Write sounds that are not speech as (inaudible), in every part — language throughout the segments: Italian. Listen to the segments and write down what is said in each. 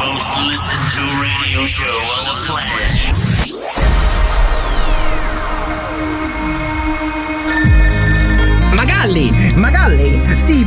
listen to radio show on the planet. Magalli! Magalli! Sì,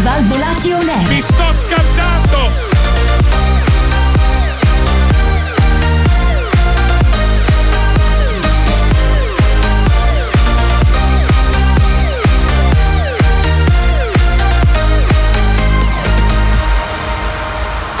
Svalvolati on air. Mi sto scaldando!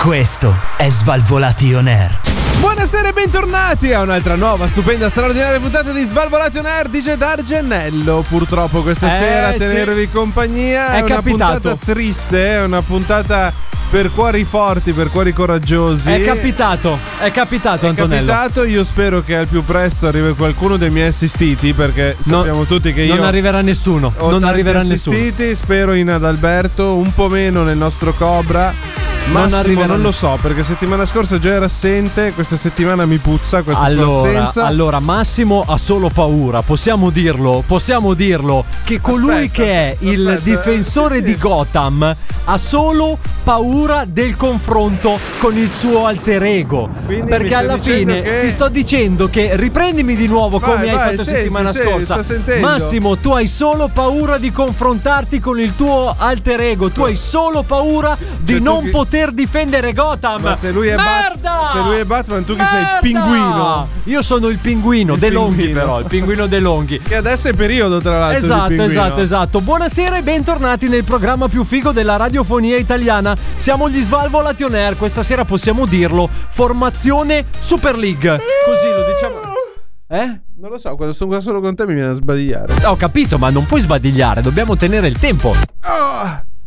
Questo è Svalvolati On Air. Buonasera e bentornati a un'altra nuova, stupenda, straordinaria puntata di Svalvolati on Air DJ D'Argenello. Purtroppo questa Eh, sera a sì. tenervi compagnia È una capitato. puntata triste, è una puntata per cuori forti, per cuori coraggiosi. È capitato, è capitato È Antonello. capitato, io spero che al più presto arrivi qualcuno dei miei assistiti perché Non- sappiamo tutti che io non arriverà nessuno, ho non tanti arriverà nessuno. assistiti, spero in Adalberto, un po' meno nel nostro Cobra. Massimo arriverà non lo nessuno. so perché settimana scorsa già era assente, questa settimana mi puzza questa sua Allora, assenza. allora, Massimo ha solo paura, possiamo dirlo, possiamo dirlo che colui Aspetta, che è aspetta, il aspetta, difensore eh, sì, sì. di Gotham ha solo paura del confronto con il suo alter ego. Quindi mi perché stai alla dicendo fine che- ti sto dicendo che riprendimi di nuovo Vai, come hai vai, fatto senti, settimana senti, scorsa. sto sentendo. Massimo, tu hai solo paura di confrontarti con il tuo alter ego, tu hai solo paura di Cioè, tu non chi- poter difendere Gotham. Ma se lui è Bat- Merda! se lui è Batman, tu chi Merda! sei? Pinguino. Io sono il pinguino, Il De Longhi pinguino. però, il pinguino De (laughs) Longhi. Che adesso è periodo, tra l'altro. di Esatto, Pinguino. esatto, esatto. Buonasera e bentornati nel programma più figo della radiofonia italiana. Siamo gli Svalvolati On Air, questa sera possiamo dirlo, formazione Super League. Così lo diciamo... Eh? Non lo so, quando sono qua solo con te mi viene a sbadigliare. Ho capito, ma non puoi sbadigliare, dobbiamo tenere il tempo.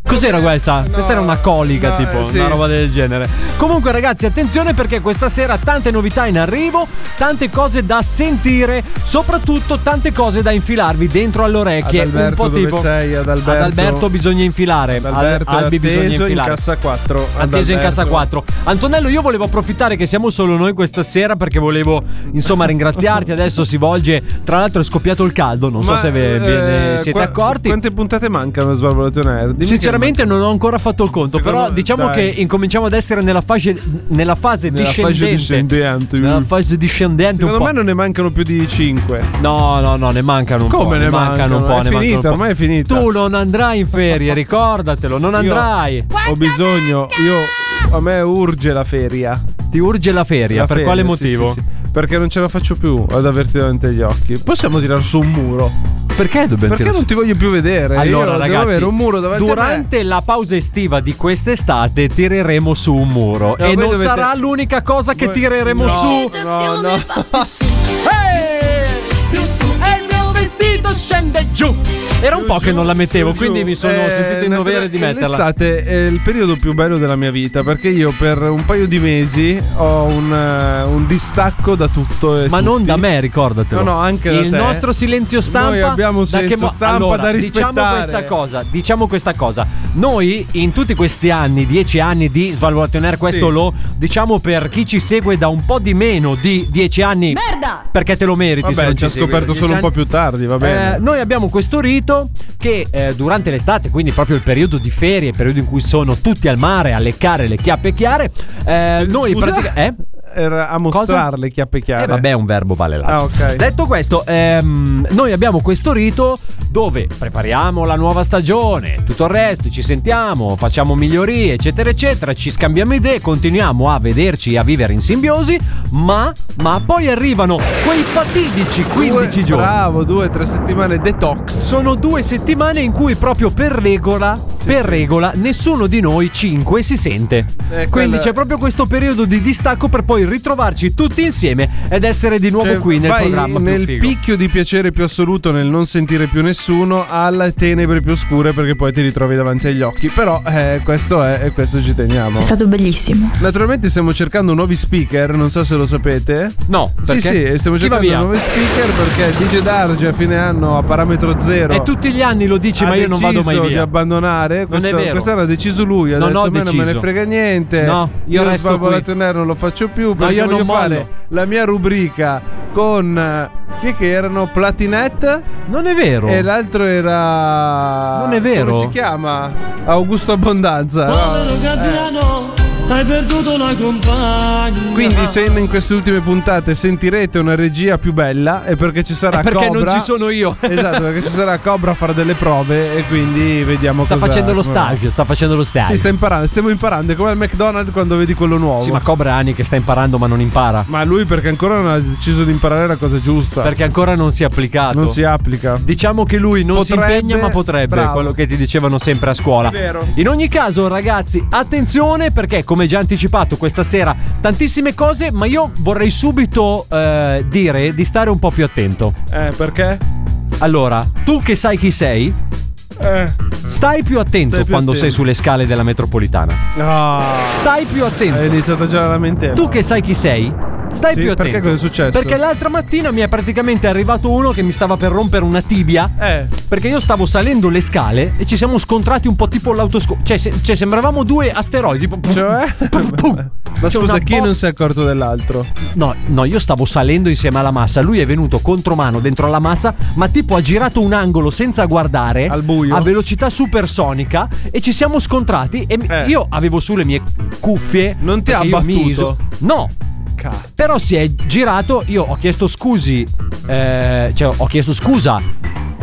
Cos'era questa? questa era una colica, Ah. no, tipo, eh, sì. una roba del genere. Comunque, ragazzi, attenzione perché questa sera tante novità in arrivo, tante cose da sentire, soprattutto tante cose da infilarvi dentro alle orecchie. un Adalberto, po' dove tipo. sei, Adalberto? Ad Alberto bisogna infilare. Al- Adalberto è Albi bisogna atteso in infilare. cassa 4. Atteso in Adalberto. casa 4. Antonello, io volevo approfittare che siamo solo noi questa sera perché volevo, insomma, ringraziarti. Adesso si volge, tra l'altro, è scoppiato il caldo. Non so Ma, se ve, ve ne eh, siete qua- accorti. Quante puntate mancano a Svalvolato Nerd? Dimmi Sinceramente non ho ancora fatto il conto, Secondo però me- diciamo dai. che incominciamo ad essere nella fase, nella fase Nella fase discendente. discendente, eh. Nella fase discendente che- Secondo un me po'. non ne mancano più di 5. No, no, no, ne mancano un po'. Come ne mancano? un po', È ne mancano finita, un po'. ormai è finita. Tu non andrai in ferie, ricordatelo, non andrai. Ho bisogno, io a me urge la feria. Ti urge la feria, La per feria, quale sì, motivo? sì, sì. Perché non ce la faccio più ad averti davanti agli occhi. Possiamo tirar su un muro. Perché dobbiamo Perché non ti voglio più vedere? Allora, Io ragazzi, devo avere un muro davanti a durante la pausa estiva di quest'estate tireremo su un muro. No, e voi non dovete- sarà l'unica cosa che Voi- tireremo No, su. no, no. (laughs) E il mio vestito scende giù. Era un po' che non la mettevo, quindi mi sono Eh, sentito in natura- dovere di metterla. L'estate è il periodo più bello della mia vita perché io per un paio di mesi ho un, eh, un distacco da tutto. e Ma non eh, tutti. da me, ricordatelo. No, no, anche da Il te. nostro silenzio stampa. Noi abbiamo un da che silenzio stampa allora, da Diciamo rispettare. questa cosa, diciamo questa cosa. Noi in tutti questi anni, dieci anni di Svalvolazione Air, questo Sì. lo diciamo per chi ci segue da un po' di meno di dieci anni. Merda! Perché te lo meriti, se Vabbè, non ci ha segui da scoperto dieci solo un anni. po' più tardi, va bene. Eh, noi abbiamo questo rito che eh, durante l'estate, quindi proprio il periodo di ferie, il periodo in cui sono tutti al mare a leccare le chiappe chiare, eh, noi Scusa? praticamente. Eh? Era a mostrarle le chiappe chiare. Eh, vabbè, un verbo vale l'altro. Ah, ok. Detto questo, ehm, noi abbiamo questo rito dove prepariamo la nuova stagione, tutto il resto, ci sentiamo, facciamo migliorie, eccetera, eccetera, ci scambiamo idee, continuiamo a vederci e a vivere in simbiosi, ma, ma poi arrivano quei fatidici 15 Due- giorni. Bravo, due, tre settimane detox. Sono due settimane in cui proprio per regola, per sì. regola, nessuno di noi cinque si sente. Eh, Quindi quella- c'è proprio questo periodo di distacco per poi poi ritrovarci tutti insieme ed essere di nuovo Cioè, qui nel vai programma nel più figo. picchio di piacere più assoluto nel non sentire più nessuno alle tenebre più oscure perché poi ti ritrovi davanti agli occhi però eh, questo è e questo ci teniamo È stato bellissimo. naturalmente stiamo cercando nuovi speaker non so se lo sapete No, perché? sì sì stiamo Chi cercando va via? nuovi speaker perché DJ Darge a fine anno a parametro zero E tutti gli anni lo dici, ha ma io non vado mai deciso di via. abbandonare è questa, vero. quest'anno ha deciso lui ha Non detto ho a me non me ne deciso. frega niente No, io resto Svalvolato Nero non lo faccio più perché io non voglio mollo. fare la mia rubrica con eh, chi che erano Platinette Non è vero. e l'altro era Non è vero? come si chiama Augusto Abbondanza no? hai perduto la compagna. quindi se in in queste ultime puntate sentirete una regia più bella è perché ci sarà È perché Cobra non ci sono io. esatto perché ci sarà Cobra a fare delle prove e quindi vediamo (laughs) Sta cosa- facendo lo come- stage, sta facendo lo Esatto. stage. Sì, sta imparando, stiamo imparando, è come al McDonald's quando vedi quello nuovo. Sì, ma ma... Cobra anni che sta imparando ma non impara. lui perché ancora non ha deciso di imparare la cosa giusta. Perché ancora non si è applicato. non si applica. Diciamo che lui non si Potrebbe, impegna, ma potrebbe. bravo. Quello che ti dicevano sempre a scuola. Vero. In ogni caso, ragazzi, attenzione perché, come già anticipato questa sera, tantissime cose, ma io vorrei subito eh, dire di stare un po' più attento. Eh, perché? Allora, tu che sai chi sei, Eh. stai più attento Stai più quando sei attento. sulle scale della metropolitana. Ah. Stai più Hai attento. iniziato già la lamentela. Tu che sai chi sei, stai Sì, più attento. perché cosa è successo? Perché l'altra mattina mi è praticamente arrivato uno che mi stava per rompere una tibia. Eh. Perché io stavo salendo le scale e ci siamo scontrati un po' tipo l'autoscopo. Cioè, se- cioè, sembravamo due asteroidi. tipo pum, Cioè? pum, pum. Ma C'è scusa, una chi bo- non si è accorto dell'altro? No, no, io stavo salendo insieme alla massa. Lui è venuto contromano dentro alla massa, ma tipo ha girato un angolo senza guardare. Al buio? A velocità supersonica. E ci siamo scontrati. E mi- Eh. io avevo sulle mie cuffie. Non ti ha perché io mi abbattuto? iso- No, Cazzo. però si è girato, io ho chiesto scusi, eh, cioè ho chiesto scusa.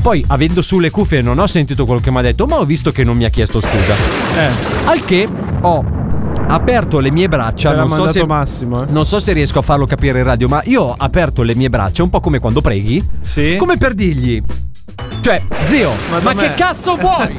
Poi, avendo sulle cuffie, non ho sentito quello che mi ha detto, ma ho visto che non mi ha chiesto scusa. Eh, Al che ho aperto le mie braccia. te l'ha non so mandato se. Massimo, eh. Non so se riesco a farlo capire in radio, ma io ho aperto le mie braccia, un po' come quando preghi, Sì. come per dirgli. Cioè, zio, Ma ma da che me. (laughs) cazzo vuoi?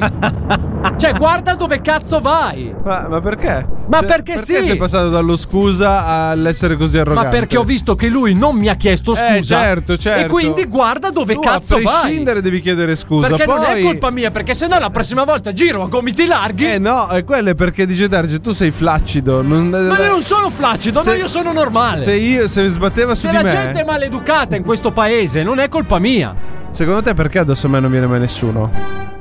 cioè, guarda dove cazzo vai! Ma, ma perché? Ma perché sì? sei passato dallo scusa all'essere così arrogante? Ma perché ho visto che lui non mi ha chiesto scusa. Eh, certo, certo. E quindi guarda dove Tu, cazzo a vai. prescindere devi chiedere scusa. Perché poi... non è colpa mia, perché sennò la prossima volta giro a gomiti larghi. Eh no, e quello è perché dice Darge, tu sei flaccido. Non, ma io non sono flaccido, Se- no, io sono normale. Se io se sbatteva su Se di la me. gente è maleducata in questo paese, non è colpa mia. Secondo te perché addosso a me non viene mai nessuno?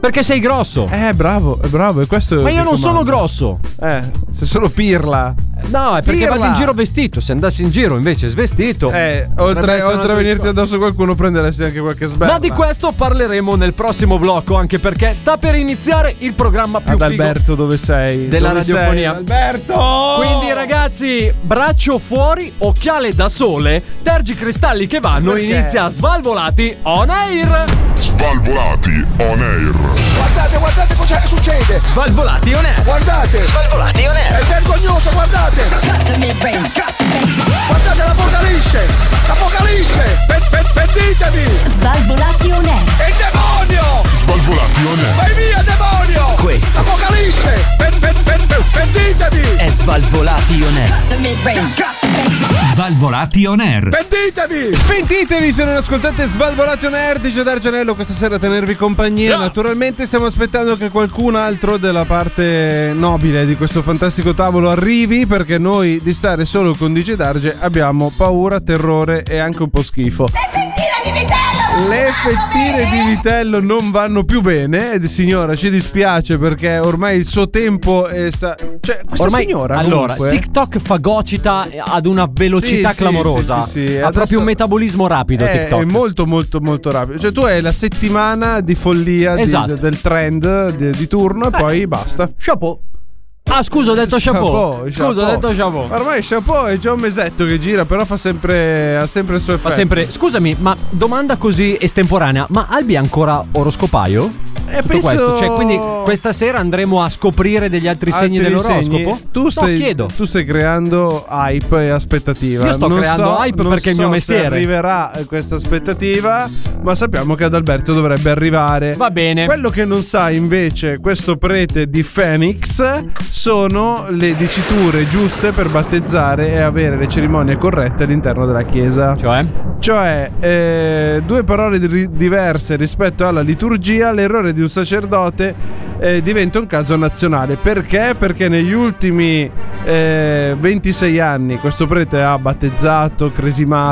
Perché sei grosso. Eh, bravo, è bravo, e questo ma mi io non sono comanda. grosso. Eh, se solo pirla. No, è perché Pirla. vado in giro vestito. Se andassi in giro invece svestito. Eh, oltre, potrebbe essere oltre un'altra a venirti storia. addosso qualcuno prenderesti anche qualche sberla. Ma di questo parleremo nel prossimo blocco, anche perché sta per iniziare il programma più Ad figo Alberto dove sei? della Dove sei? radiofonia. Alberto! Quindi ragazzi, braccio fuori, occhiale da sole, tergi cristalli che vanno, Perché? inizia a Svalvolati on air. Svalvolati on air. Guardate, guardate cosa succede! Svalvolati on air. Guardate! Svalvolati on air. È vergognoso, guardate! Guardate l'apocalisse! L'apocalisse! Pe- pe- Pentitevi! Svalvolati on air. È il demonio! Svalvolati on air. Vai via, demonio! Questo. Apocalisse! Pe- pe- pe- pe- Pentitevi! È Svalvolati on air. Svalvolati on air. Pentitevi! Pentitevi se non ascoltate Svalvolati on Air di Giordano Gianello questa sera a tenervi compagnia. Naturalmente stiamo aspettando che qualcun altro della parte nobile di questo fantastico tavolo arrivi perché noi di stare solo con DJ Darge abbiamo paura, terrore e anche un po' schifo. Le fettine di vitello non vanno più bene, ed signora, ci dispiace perché ormai il suo tempo è sta... Cioè, questa Ormai, signora allora, comunque- TikTok fagocita ad una velocità Sì, sì, clamorosa. sì, sì, sì. Ha Adesso- proprio un metabolismo rapido Eh, è, TikTok. è molto molto molto rapido. Cioè tu hai la settimana di follia di- Esatto. del trend di, di turno e poi basta. Chapeau. Ah, scusa, ho detto chapeau. Scusa, ho detto chapeau. Ormai chapeau è già un mesetto che gira, però fa sempre ha sempre il suo effetto. Fa sempre, scusami, ma domanda così estemporanea, ma Albi è ancora oroscopaio? Eh, tutto penso- questo. Cioè, quindi questa sera andremo a scoprire degli altri segni Altri dell'oroscopo? segni? Tu stai, no, chiedo. tu stai creando hype e aspettativa. Io sto creando hype non perché è il so mio se mestiere. arriverà questa aspettativa, ma sappiamo che ad Alberto dovrebbe arrivare. Va bene. Quello che non sa invece questo prete di Phoenix sono le diciture giuste per battezzare e avere le cerimonie corrette all'interno della chiesa. Cioè? Cioè, eh, due parole di- diverse rispetto alla liturgia, l'errore di un sacerdote eh, diventa un caso nazionale. Perché? Perché negli ultimi eh, 26 anni questo prete ha battezzato,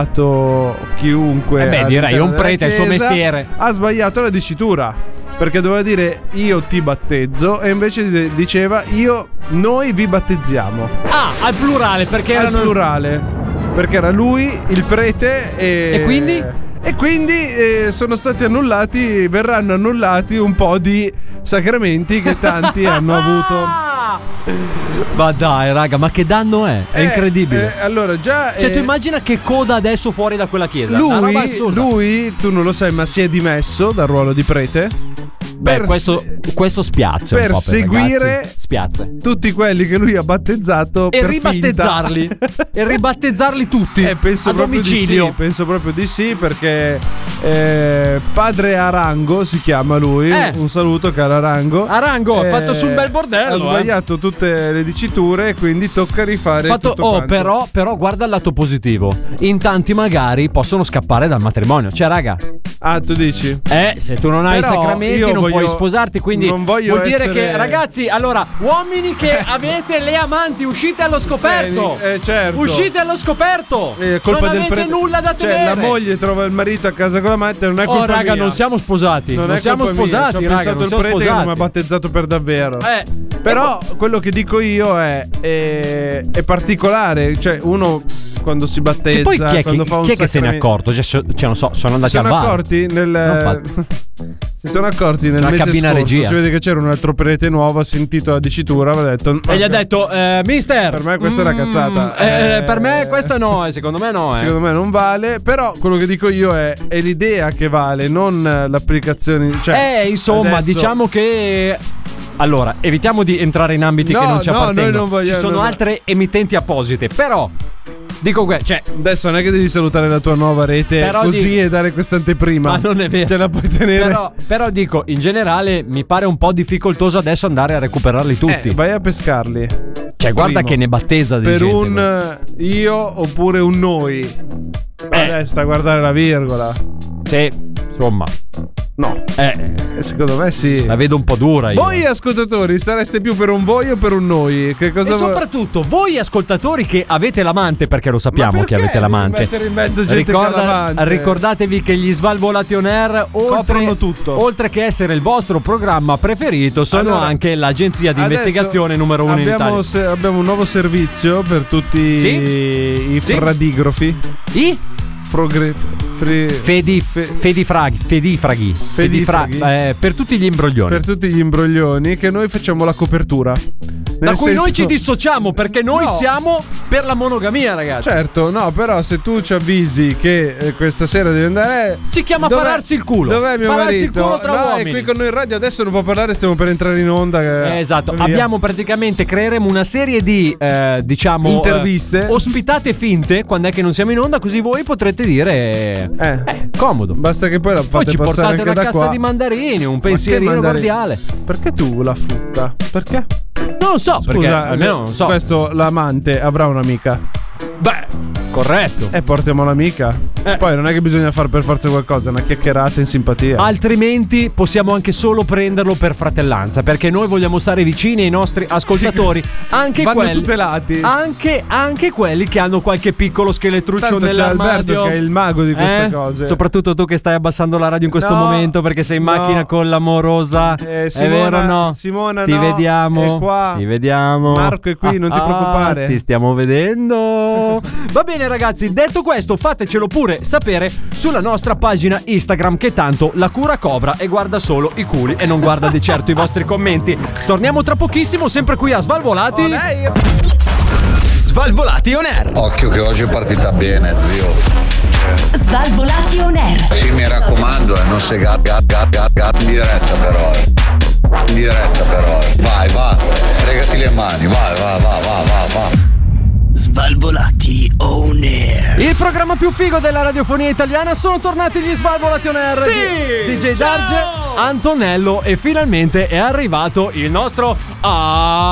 cresimato chiunque. Eh beh, direi, all'interno un della prete, è il suo chiesa, mestiere. Ha sbagliato la dicitura. Perché doveva dire io ti battezzo e invece di- diceva io, noi vi battezziamo Ah, al plurale perché al erano plurale. Perché era lui, il prete e. E quindi? E quindi eh, sono stati annullati, verranno annullati un po' di sacramenti che tanti (laughs) hanno avuto. Ah! Ma dai, raga, ma che danno è? È Eh, incredibile. eh, allora, già. cioè, tu eh, immagina che coda adesso fuori da quella chiesa. Una roba lui, assurda. lui, tu non lo sai, ma si è dimesso dal ruolo di prete. Beh, per- questo, questo spiazza. un per po' per i ragazzi. seguire- Spiazza. Tutti quelli che lui ha battezzato E per (laughs) ribattezzarli. finta. e ribattezzarli tutti. Eh, penso a proprio domicilio. Di sì, penso proprio di sì, perché eh, padre Arango si chiama lui. Eh. Un saluto, caro Arango. Eh, Arango, ha fatto su un bel bordello, eh. Ha sbagliato tutte le diciture, quindi tocca rifare. Fatto, tutto oh, quanto. però, però guarda il lato positivo. In tanti magari possono scappare dal matrimonio. Cioè, raga, Ah, tu dici? Eh, se tu non hai i Però sacramenti io non puoi voglio- sposarti, quindi non voglio vuol dire essere- che ragazzi, allora, (laughs) uomini che avete le amanti, uscite allo scoperto. Eh, eh, certo. Uscite allo scoperto. Eh, È colpa non del avete prete. nulla da Cioè, temere. la moglie trova il marito a casa con la madre, non è colpa Oh, raga, mia. non siamo sposati. Non, Non è siamo colpa mia, sposati, Ci ho raga, pensato non il siamo prete che non mi ha sposati. battezzato per davvero. Eh, Però quello che dico io è, è, è particolare, cioè uno quando si battezza, e poi chi è, quando che, fa un chi è che se ne è sacramento- accorto? Cioè, so- cioè, non so, sono andati Si sono al bar. accorti nel Non (laughs) Si sono accorti nel Nella mese cabina scorso, regia. si vede che c'era un altro prete nuovo, ha sentito la dicitura, aveva detto "Mm, E gli ha detto, eh, mister. Per me questa è una cazzata. eh, Eh, per me questo no, eh, secondo me no. Eh. Secondo me non vale, però quello che dico io è, è l'idea che vale, non l'applicazione. Cioè, eh, insomma, adesso- diciamo che. Allora, evitiamo di entrare in ambiti No, che non ci no, appartengono. noi non vogliamo- ci sono no, no. altre emittenti apposite, però. Dico que- cioè, Adesso non è che devi salutare la tua nuova rete Però così di- e dare quest'anteprima. Ma non è vero. Ce la puoi tenere. però, però dico, in generale mi pare un po' difficoltoso adesso andare a recuperarli tutti. Eh, vai a pescarli. cioè, guarda primo. che ne battezza di per gente, un guarda. eh, io oppure un noi. Eh, Adesso a guardare la virgola. sì, insomma, No, eh, eh, secondo me sì. la vedo un po' dura io. Voi eh, ascoltatori sareste più per un voi o per un noi? Che cosa e vo- soprattutto voi ascoltatori che avete l'amante, perché lo Ma sappiamo perché che avete devi l'amante. mettere in mezzo gente che Ricorda- ha l'amante? ricordatevi che gli Svalvolati On Air, oltre, Coprono tutto. oltre che essere il vostro programma preferito, sono Allora, anche l'agenzia di Adesso investigazione numero uno in abbiamo Italia. se- abbiamo un nuovo servizio per tutti Sì? i, i Sì? fradigrofi. I Frogre- fri- Fedi, fe- Fedifraghi, Fedifraghi, Fedifra- Fedifraghi. eh, per tutti gli imbroglioni. per tutti gli imbroglioni che noi facciamo la copertura. da Nel cui noi senso- ci dissociamo perché noi No. siamo per la monogamia, ragazzi. Certo, no, però se tu ci avvisi che eh, questa sera devi andare Si chiama Dov'è- pararsi il culo. Dov'è mio Pararsi il marito? culo tra no, uomini. è qui con noi in radio, adesso non può parlare, stiamo per entrare in onda. eh, Eh, esatto, via. abbiamo praticamente creeremo una serie di eh, diciamo Interviste. eh, ospitate finte quando è che non siamo in onda, così voi potrete dire eh, Eh. comodo. Basta che poi la Poi fate ci passare portate anche una da cassa qua. di mandarini, un Ma che pensierino mandare- cordiale. Perché tu la frutta? Perché? Non lo so, perché Scusa, almeno non so. questo l'amante avrà un'amica. Beh, corretto. E portiamo l'amica. Eh. Poi non è che bisogna fare per forza qualcosa, una chiacchierata in simpatia. Ah, Altrimenti possiamo anche solo prenderlo per fratellanza, perché noi vogliamo stare vicini ai nostri (laughs) ascoltatori, anche Vanno quelli tutelati. Anche, anche quelli che hanno qualche piccolo scheletruccio Tanto c'è nell'armadio. Alberto che è il mago di queste Eh? cose. Soprattutto tu che stai abbassando la radio in questo No, momento perché sei in no. macchina con l'amorosa. Eh, è Simona, vero o no? Simona, ti no, vediamo. è qua. Ti vediamo. Marco è qui, non ti Ah, preoccupare. Ti stiamo (laughs) vedendo. Va bene ragazzi, detto questo, fatecelo pure sapere sulla nostra pagina Instagram che tanto la cura cobra e guarda solo i culi e non guarda di certo i vostri commenti. Torniamo tra pochissimo, sempre qui a Svalvolati. Svalvolati on air. Svalvolati on air. Sì, mi raccomando, eh, non segar gat gat gat gat in diretta però. eh. In diretta però. eh. Vai, va. Fregati le mani, vai, va, va, va, va, va. Svalvolati on air. Il programma più figo della radiofonia italiana sono tornati gli Svalvolati on air Sì! di- DJ Ciao! Darge, Antonello e finalmente è arrivato il nostro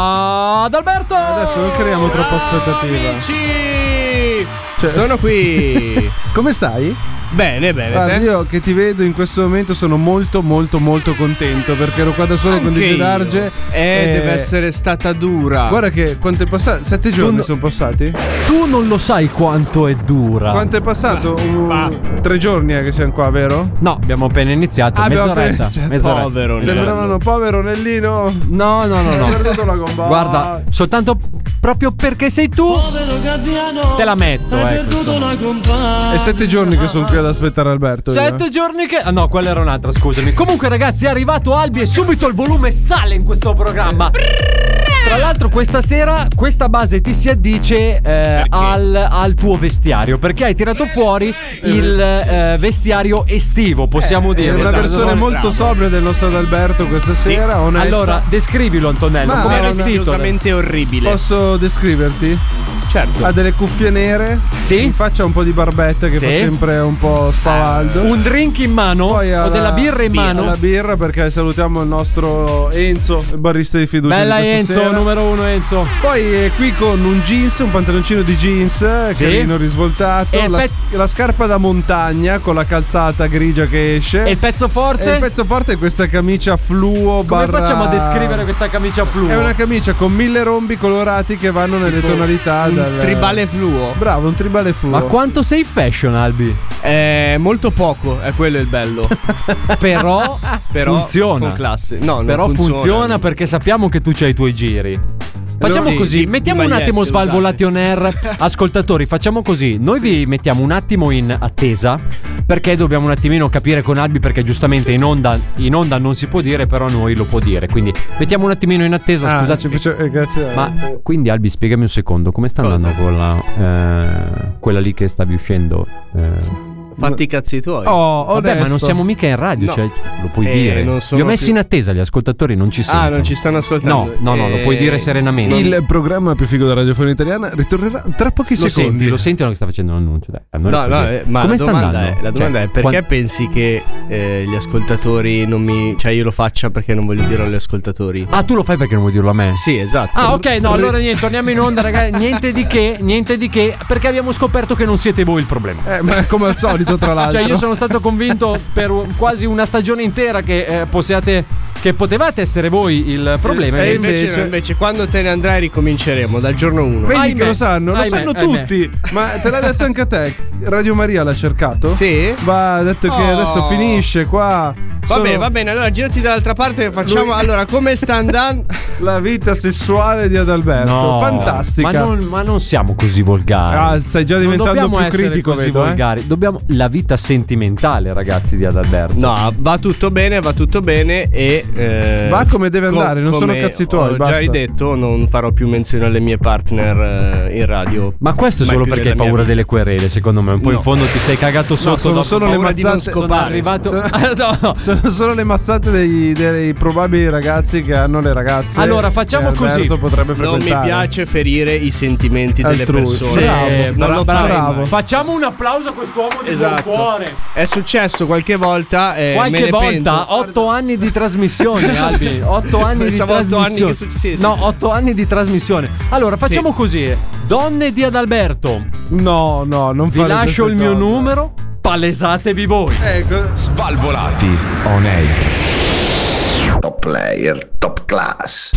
Adalberto! Adesso non creiamo troppa aspettativa. Amici! Cioè, Sono qui. (laughs) Come stai? bene, bene. Guarda, te? io che ti vedo in questo momento sono molto molto molto contento perché ero qua da solo con Anche DJ io. Darge. ah. Eh, deve essere stata dura. Guarda che quanto è passato? Sette giorni sono passati? Ah. Tu non lo sai quanto è dura. Quanto è passato? Un- Tre giorni è che siamo qua, Esatto. vero? No, abbiamo appena iniziato, Ah, abbiamo appena mezz'oretta, iniziato. mezz'oretta. Povero. Sembravano povero (laughs) Nellino. No, no, no, Ho no. perduto la gomma. Guarda, soltanto proprio perché sei tu Povero gabbiano, te la metto, hai ecco. perduto la È compagna. sette giorni che sono qui ad aspettare Alberto. io, eh. Sette giorni che. Ah, no, quella era un'altra, scusami. Comunque, ragazzi, è arrivato Albi e subito il volume sale in questo programma. Tra l'altro, questa sera questa base ti si addice eh, al, al tuo vestiario perché hai tirato fuori il eh, vestiario estivo, possiamo Eh, È dire. una Esatto, versione sono molto bravo. sobria del nostro Alberto questa sera. Onesta. Allora, descrivilo, Antonello. Ma Come è vestito? Meravigliosamente orribile. Posso descriverti? Certo. Ha delle cuffie nere, Sì. in faccia un po' di barbetta che Sì. Ah, fa sempre un po' spavaldo. Un drink in mano Poi ha la- o della birra in mano? La birra perché salutiamo il nostro Enzo, il barista di fiducia. Bella di questa Enzo, sera. numero uno Enzo. Poi è qui con un jeans, un pantaloncino di jeans, eh, Sì. carino risvoltato, E il la, pez- la scarpa da montagna con la calzata grigia che esce. E il pezzo forte? E il pezzo forte è questa camicia fluo Come barra- facciamo a descrivere questa camicia fluo? È una camicia con mille rombi colorati che vanno nelle tonalità dal... Tribale fluo. Bravo, un tribale fluo. Ma quanto sei fashion, Albi? Eh, molto poco, è quello il bello. (laughs) Però, Però funziona. Con classe. No, non Però funziona. funziona. perché sappiamo che tu c'hai i tuoi giri. Facciamo Sì, così, di- mettiamo di un attimo magliette, Svalvolati on (laughs) air. Ascoltatori, facciamo così. Noi vi mettiamo un attimo in attesa perché dobbiamo un attimino capire con Albi perché giustamente in onda, in onda non si può dire, però noi lo può dire. Quindi mettiamo un attimino in attesa, Ah, scusate. ci faccio- eh, grazie. Ma quindi Albi, spiegami un secondo, come sta Cosa? andando con la, eh, quella lì che stavi uscendo? Eh, Fatti i cazzi tuoi. Oh, Vabbè, ma non onesto. siamo mica in radio, No. cioè, lo puoi Eh, dire. non Li sono ho messi più- in attesa, gli ascoltatori non ci sono. Ah, non ci stanno ascoltando. No, no, no, lo puoi Eh, dire serenamente. Il programma più figo della radiofonia italiana ritornerà tra pochi Lo secondi. senti, lo sentono che sta facendo un annuncio. Dai, allora No, lo puoi no, dire. eh, ma Come la sta domanda, andando? è, la domanda Cioè, è perché quan- pensi che eh, gli ascoltatori non mi. cioè io lo faccia perché non voglio dirlo agli ascoltatori? Ah, tu lo fai perché non vuoi dirlo a me? Sì, esatto. Ah, ok, (laughs) no, allora niente, torniamo in onda, ragazzi. Niente di che, niente di che, perché abbiamo scoperto che non siete voi il problema. Eh, ma è come al solito, tra l'altro. (laughs) Cioè, io sono stato convinto per un- quasi una stagione intera che eh, possiate. Che potevate essere voi il problema. E E invece- invece, invece- invece, quando te ne andrai ricominceremo dal giorno 1. Vedi Ahimè, che lo sanno, lo ahimè, sanno ahimè. tutti. Ma te l'ha detto anche a te. Radio Maria l'ha cercato? Sì? Va ha detto che Oh. adesso finisce qua. Vabbè, Sono- va bene, allora girati dall'altra parte e facciamo. Lui- Allora, come sta andando? La vita sessuale di Adalberto. No, Fantastica. Ma non, ma non siamo così volgari. Ah, stai già Non diventando dobbiamo più essere critico, così vedo. eh. volgari. Dobbiamo la vita sentimentale, ragazzi, di Adalberto. No, va tutto bene, va tutto bene e... eh, Va come deve andare, non sono come cazzi tuoi, Ho basta. già detto, non farò più menzione alle mie partner eh, in radio. Ma questo è Mai solo più perché della hai mia paura vita. delle querele, secondo me. Un po' in No. fondo ti sei cagato sotto. sono dopo- solo le paura di non mazzate- scopare. sono arrivato. sono- Ah, (laughs) no, no. Sono solo le mazzate dei, dei probabili ragazzi che hanno le ragazze. Allora, facciamo che Alberto così. potrebbe Non mi (laughs) frequentare. piace ferire i sentimenti delle Altrui. persone. Eh, Sì, non Bravo, bravo, lo farei bravo. mai. Facciamo un applauso a quest'uomo di Esatto. buon cuore. È successo qualche volta e me Qualche ne volta, pento. otto anni (laughs) di trasmissione, Albi. Otto anni di Pensavo otto anni trasmissione. che succe- sì, sì, no, sì. otto anni di trasmissione. Allora, facciamo così: Donne di Adalberto, No, no, non vi lascio il mio numero, palesatevi voi. Eh, Ecco, Svalvolati on air. Top player, top class.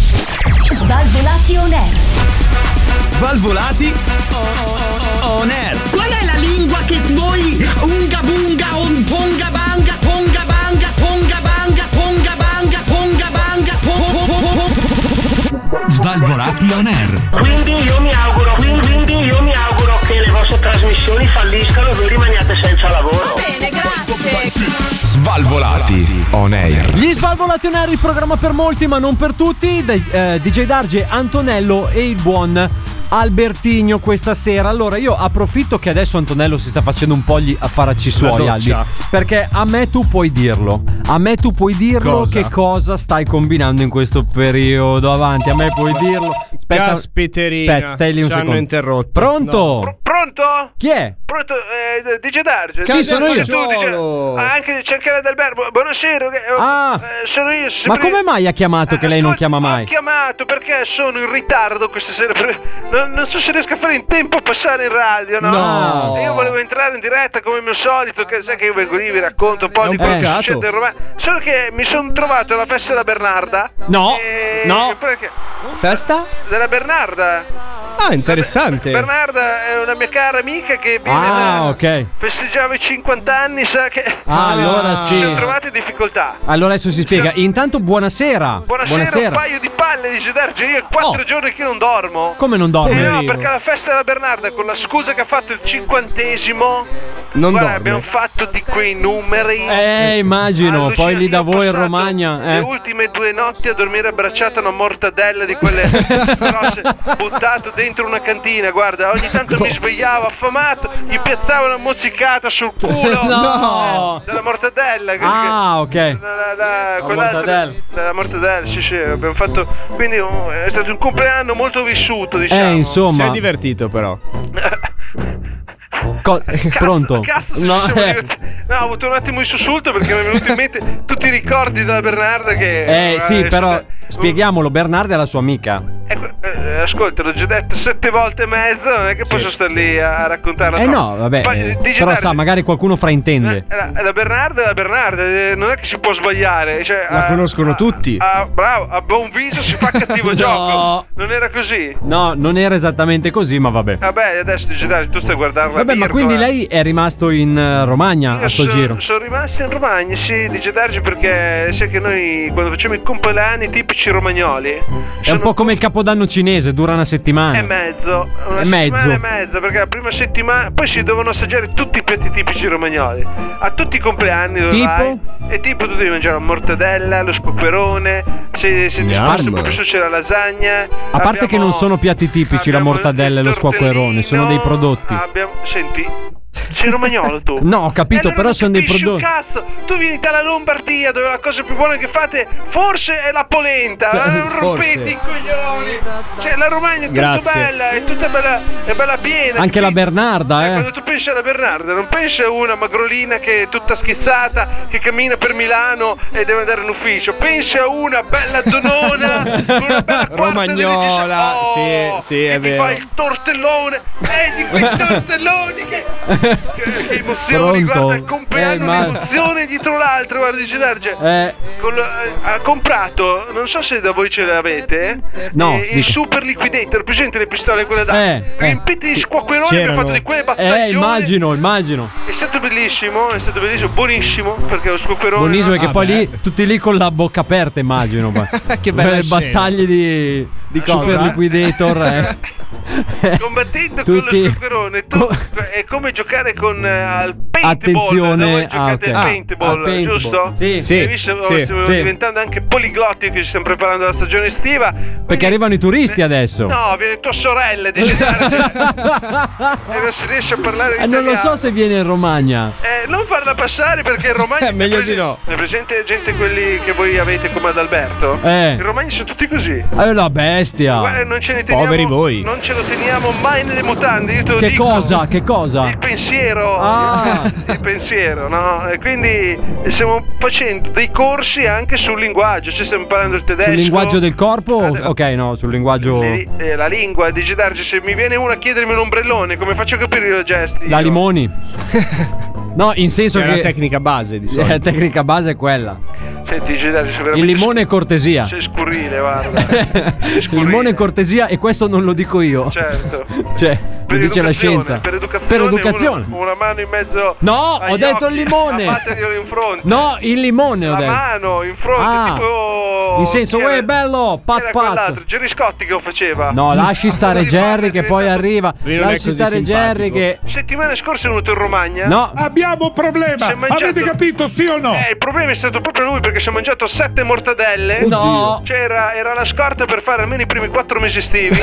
Svalvolati on air. Svalvolati on air. Qual è la lingua che voi unga bunga on ponga banga ponga banga ponga banga ponga banga ponga banga po- po- po- po- po- Svalvolati on air. Quindi io mi auguro, quindi, quindi io mi auguro che le vostre trasmissioni falliscano e voi rimaniate senza lavoro. Svalvolati on air. Gli Svalvolazionari, il programma per molti ma non per tutti, dai, eh, DJ Darge, Antonello e il buon Albertigno questa sera. Allora, io approfitto che adesso Antonello si sta facendo un po' gli affaracci suoi, doccia. Albi. Perché a me tu puoi dirlo. A me tu puoi dirlo Cosa? che cosa stai combinando in questo periodo avanti. A me puoi dirlo. Aspetta, Caspiterina, aspetta, stai lì un ci hanno secondo. interrotto. Pronto? Pronto? Chi è? Pronto? Eh, dice Darge? Cioè, Sì, sono io. Tu, dice... Ah, anche cercare d'albergo. Buonasera. eh, Ah. eh, sono io. Ma sempre- come mai ha chiamato che lei non chiama Ho mai? chiamato perché sono in ritardo questa sera. per- Non, non so se riesco a fare in tempo a passare in radio, no? No. E Eh, Io volevo entrare in diretta come il mio solito, che sai che io vengo lì, vi racconto un po' È un di quello che peccato. Ah, succede in Roma. Solo che mi sono trovato alla festa della Bernarda. No. E- No. perché- Festa? Della Bernarda. Ah, interessante. Bernarda è una mia cara amica che viene da- Ah, ok. festeggiava i 50 anni, sa che... Ah, allora Ci sì. sono trovate difficoltà. Allora adesso si spiega. Intanto buonasera. Oh. Buonasera, un paio di palle di Gedarge, io ho quattro giorni che non dormo. Come non dormi? Eh no, Poverino. perché alla festa della Bernarda, con la scusa che ha fatto il cinquantesimo, Non guarda, dorme. abbiamo fatto di quei numeri. Eh, immagino. Poi lì da voi in Romagna. Le Eh. ultime due notti a dormire abbracciata a una mortadella di quelle (laughs) grosse, buttato dentro una cantina. Guarda, ogni tanto mi svegliavo affamato, gli piazzavo una mozzicata sul culo (laughs) No. eh, della mortadella. Ah, ok. La, la, La quell'altra- mortadella. la mortadella, sì, sì, abbiamo fatto. Quindi oh, è stato un compleanno molto vissuto, diciamo. Eh, (laughs) insomma. Si è divertito però. Co- (laughs) Pronto? (laughs) Cazzo, se No, ci siamo eh. divertiti. no, ho avuto un attimo di sussulto perché mi è venuto in mente tutti i ricordi della Bernarda che... Eh, sì, però spieghiamolo. Bernarda è la sua amica. Eh, ascolta, l'ho già detto sette volte e mezzo, non è che posso star lì a raccontarla. Eh troppo. no, vabbè. Poi, eh, dice Però Dario, sa, magari qualcuno fraintende. eh, La, la Bernarda è la Bernarda, eh, non è che si può sbagliare. Cioè, La a- conoscono tutti. a- bravo, a buon viso (laughs) si fa cattivo No. gioco. Non era così? No, non era esattamente così, ma vabbè. Vabbè, adesso dice Dario, tu stai guardando la Vabbè, ma Virgo, quindi eh. lei è rimasto in eh, Romagna a sto sono, giro. Sono rimasto in Romagna, sì, di Gedarge perché sai che noi quando facciamo i compleanni tipici romagnoli È un po' come il capodanno cinese, dura una è settimana. mezzo, una È settimana mezzo. e mezzo, perché la prima settimana poi si devono assaggiare tutti i piatti tipici romagnoli. A tutti i compleanni dove Tipo? vai, e tipo tu devi mangiare la mortadella, lo scoperone, se, se ti Yum. sposti un po' più su c'è la lasagna. A parte che non sono piatti tipici la mortadella e lo squacquerone, sono dei prodotti. Abbiamo, senti, sei romagnolo tu. (laughs) No, ho capito, però sono dei prodotti. Cazzo, tu vieni dalla Lombardia dove la cosa più buona che fate forse è la polenta. Eh, Cioè, ma non forse. rompete i coglioni. Cioè, la Romagna è tutta Grazie. bella, è tutta bella, è bella piena. Anche la capito? Eh, Bernarda, Quando eh. tu pensi alla Bernarda, non pensi a una magrolina che è tutta schizzata, che cammina per Milano e deve andare in ufficio. Pensi a una (laughs) bella donona, con una bella Romagnola. sì, sì, è che vero. fa il (laughs) tortellone. E di quei tortelloni che, che, che emozioni, Pronto? guarda, compleanno Eh, ma- un'emozione dietro l'altra, guarda, dice Darge. Eh. Con lo- eh, ha comprato, non so se da voi ce l'avete, eh, No, eh, il dica. super liquidator, presente le pistole quelle da Eh, eh. riempite di squacqueroni abbiamo fatto di quelle battaglioni. Eh, immagino, immagino. È stato bellissimo, è stato bellissimo, buonissimo, perché lo squacquerone Buonissimo, perché Ah, poi beh. lì, tutti lì con la bocca aperta, immagino. ma. (laughs) Che bella Le scena. battaglie di, di cosa? Super Liquidator. (laughs) eh. combattendo con Tutti- lo squacquerone tu- eh, è come giocare con eh, al paintball Attenzione, da voi ah, giocate ok. al Ah, paintball, al paintball. giusto? Sì. Hai Sì, visto? sì, stiamo sì. diventando anche poliglotti che ci stiamo preparando alla stagione estiva Perché arrivano i turisti adesso. no viene tua sorella (laughs) dice e Eh, non si riesce a parlare Eh, non lo so se viene in Romagna. Eh, non farla passare perché in (laughs) Eh, Romagna. meglio di no. È presente gente quelli che voi avete come ad Alberto? Eh. I romagni sono tutti così. È una bestia. Guarda, non ce ne teniamo. Poveri voi. Non ce lo teniamo mai nelle mutande. Io te lo Che dico. cosa? Ah. Che cosa? Il pensiero. Il pensiero, no? E quindi stiamo facendo dei corsi anche sul linguaggio. Ci stiamo imparando il tedesco. Sul linguaggio del corpo? o- Ok, no, sul linguaggio. Le- eh, la lingua, dice Darge, se mi viene uno a chiedermi un ombrellone, come faccio a capire i gesti? Da (laughs) limoni. No, in senso È che. una tecnica base, di solito. (laughs) La tecnica base è quella. Senti, dice Darge, sei Il veramente limone è cortesia. (laughs) sei scurrile, guarda. Il limone è cortesia e questo non lo dico io. Certo. (laughs) Cioè, Lo dice la educazione, scienza. Per educazione. Per educazione. Una, una mano in mezzo. No, agli ho detto il occhi, limone. a batterglielo in fronte. No, il limone ho La detto. mano in fronte, Ah. tipo. In senso, uè, bello, pat pat. Quell'altro, Jerry Scotti che lo faceva. (laughs) No, lasci stare Jerry che poi arriva. non è Lasci così stare Jerry che... Settimana scorsa è venuto in Romagna. No. Abbiamo un problema. Avete capito, sì o no? Eh, il problema è stato proprio lui perché si è mangiato sette mortadelle. Oddio. No. Cioè, era, era la scorta per fare almeno i primi quattro mesi estivi.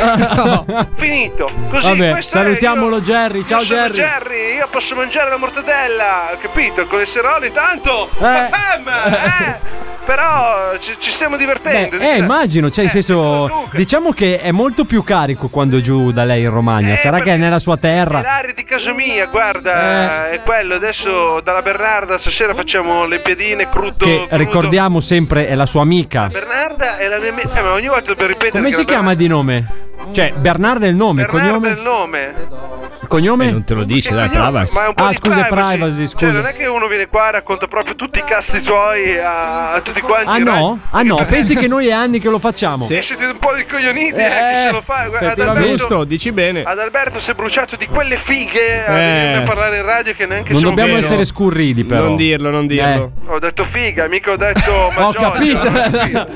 Finito. Così, (laughs) Vabbè, questo è- salutiamolo Jerry. io Ciao sono Jerry. Jerry, io posso mangiare la mortadella, ho capito? Il colesterolo tanto. Papam, eh. Però ci, ci stiamo Beh, divertendo. diciamo. eh, immagino, cioè, in senso, diciamo che è molto più carico quando è giù da lei in Eh, Romagna. Sarà che è nella sua terra. L'aria di casa mia, Eh. guarda, è quello. Adesso dalla Bernarda stasera facciamo le piedine crudo. Che ricordiamo sempre è la sua amica. Bernarda è la mia amica. Eh, ma ogni volta per ripetere. Come certo che si la chiama Bernarda- di nome? Cioè, Bernardo è il nome, Bernarda è cognome. il nome. Il cognome? non Eh, te lo dice, dai, Ma è un po' Ah, di scusa, privacy, Cioè, non scusa. è che uno viene qua e racconta proprio tutti i cazzi suoi a, a tutti quanti. Ah no? Ah no, pensi che noi è anni che lo facciamo. Sì. Siete un po' di coglioniti, eh, Eh, chi se lo fa? Guarda, ad effettivamente. Alberto- Giusto, dici bene. Ad Alberto si è bruciato di quelle fighe a Eh. venirne a parlare in radio che neanche Non sono dobbiamo vere. essere scurrili, però. Eh, Non dirlo, non dirlo. Ho detto figa, mica ho detto (laughs) Ho (laughs) maggiore. capito.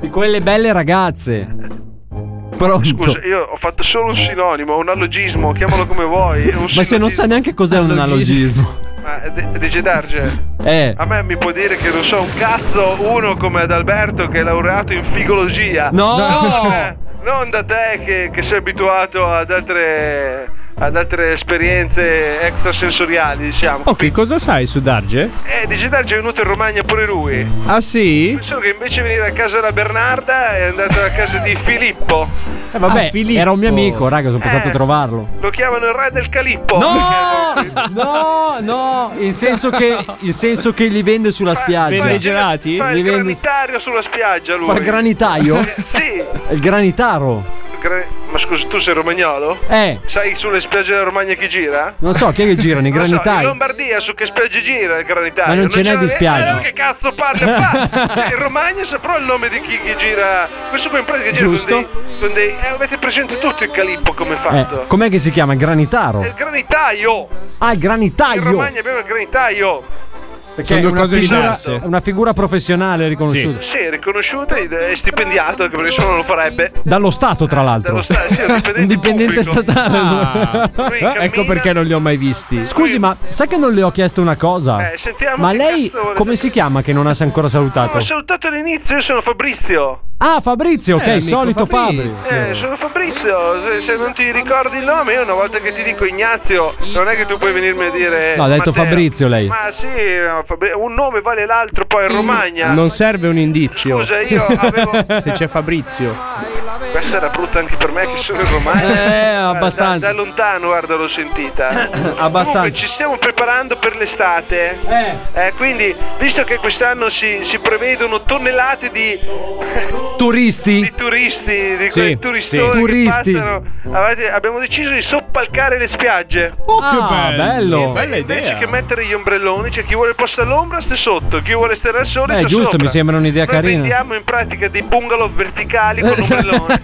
Di quelle belle ragazze. Pronto. Scusa, io ho fatto solo un sinonimo, un allogismo, chiamalo come vuoi. Un Ma se non sa neanche (laughs) cos'è un analogismo. Ma eh, De- DJ Darge, Eh. a me mi può dire che non so un cazzo uno come ad Alberto che è laureato in figologia. No! No! Eh, (laughs) non da te che, che sei abituato ad altre, ad altre esperienze extrasensoriali, (laughs) diciamo. Oh, che cosa sai su Darge? Eh, DJ Darge è venuto in Romagna pure lui. Ah sì? Solo che invece di venire a casa della Bernarda è andato a casa di Filippo. Eh, Ah, vabbè, era un mio amico, raga, sono Eh. passato a trovarlo. Lo chiamano il re del Calippo. (laughs) No! No, no, in senso che, in senso che li vende sulla spiaggia. Fa Li il vende granitario sulla spiaggia lui. Fa il (laughs) granitaio? sì. Il granitaro. Gra- Ma scusa, tu sei romagnolo? Eh. Sai sulle spiagge della Romagna chi gira? Non so, chi è che girano i Non lo so, in granitai? Lombardia su che spiagge gira il granitario? Ma non ce n'è di eh, spiagge. allora che cazzo parli? (laughs) Fa? in Romagna saprò il nome di chi, chi gira. Questo qua in pratica gira Giusto. con dei. con dei- eh, avete presente tutto il calippo come è fatto? Eh, com'è che si chiama? Il granitaro? Il granitaio! Ah, il Eh, In granitaio! Romagna abbiamo il granitaio! Perché è Cioè, una figura- È (laughs) una figura professionale riconosciuta. Sì, è riconosciuto ed è stipendiato, anche perché solo non lo (laughs) farebbe. Dallo Stato, tra l'altro. Un dipendente statale. Ah. ecco perché non li ho mai visti. Scusi, ma sai che non le ho chiesto una cosa? Eh, sentiamo ma che lei cazzo vuole come si chiama che non ha ancora salutato? Ho salutato all'inizio, io sono Fabrizio. Ah, Fabrizio, ok, Eh, amico solito Fabri. Eh, sono Fabrizio, se, se non ti ricordi il nome, io una volta che ti dico Ignazio, non è che tu puoi venirmi a dire. No, ha detto Matteo. Fabrizio lei. Ma sì, no, Fabri- un nome vale l'altro, poi in Romagna. Mm, Non serve un indizio. (laughs) Scusa, io avevo- Se c'è Fabrizio. Questa era brutta anche per me che sono in Romagna. Eh, Guarda, abbastanza. Da, da lontano, guarda, l'ho sentita. (coughs) Abbastanza. Comunque, ci stiamo preparando per l'estate. Eh. quindi, visto che quest'anno si, si prevedono tonnellate di Turisti? di turisti, di Sì, quei turistoni sì. che Turisti. passano, avete- abbiamo deciso di soppalcare le spiagge. Oh, che Ah, bello. bello. E Bella invece idea. che mettere gli ombrelloni, cioè chi vuole il posto all'ombra sta sotto, chi vuole stare al sole Beh, sta Eh, giusto, sopra. mi sembra un'idea Noi carina. Esatto. vendiamo in pratica dei bungalow verticali con (laughs)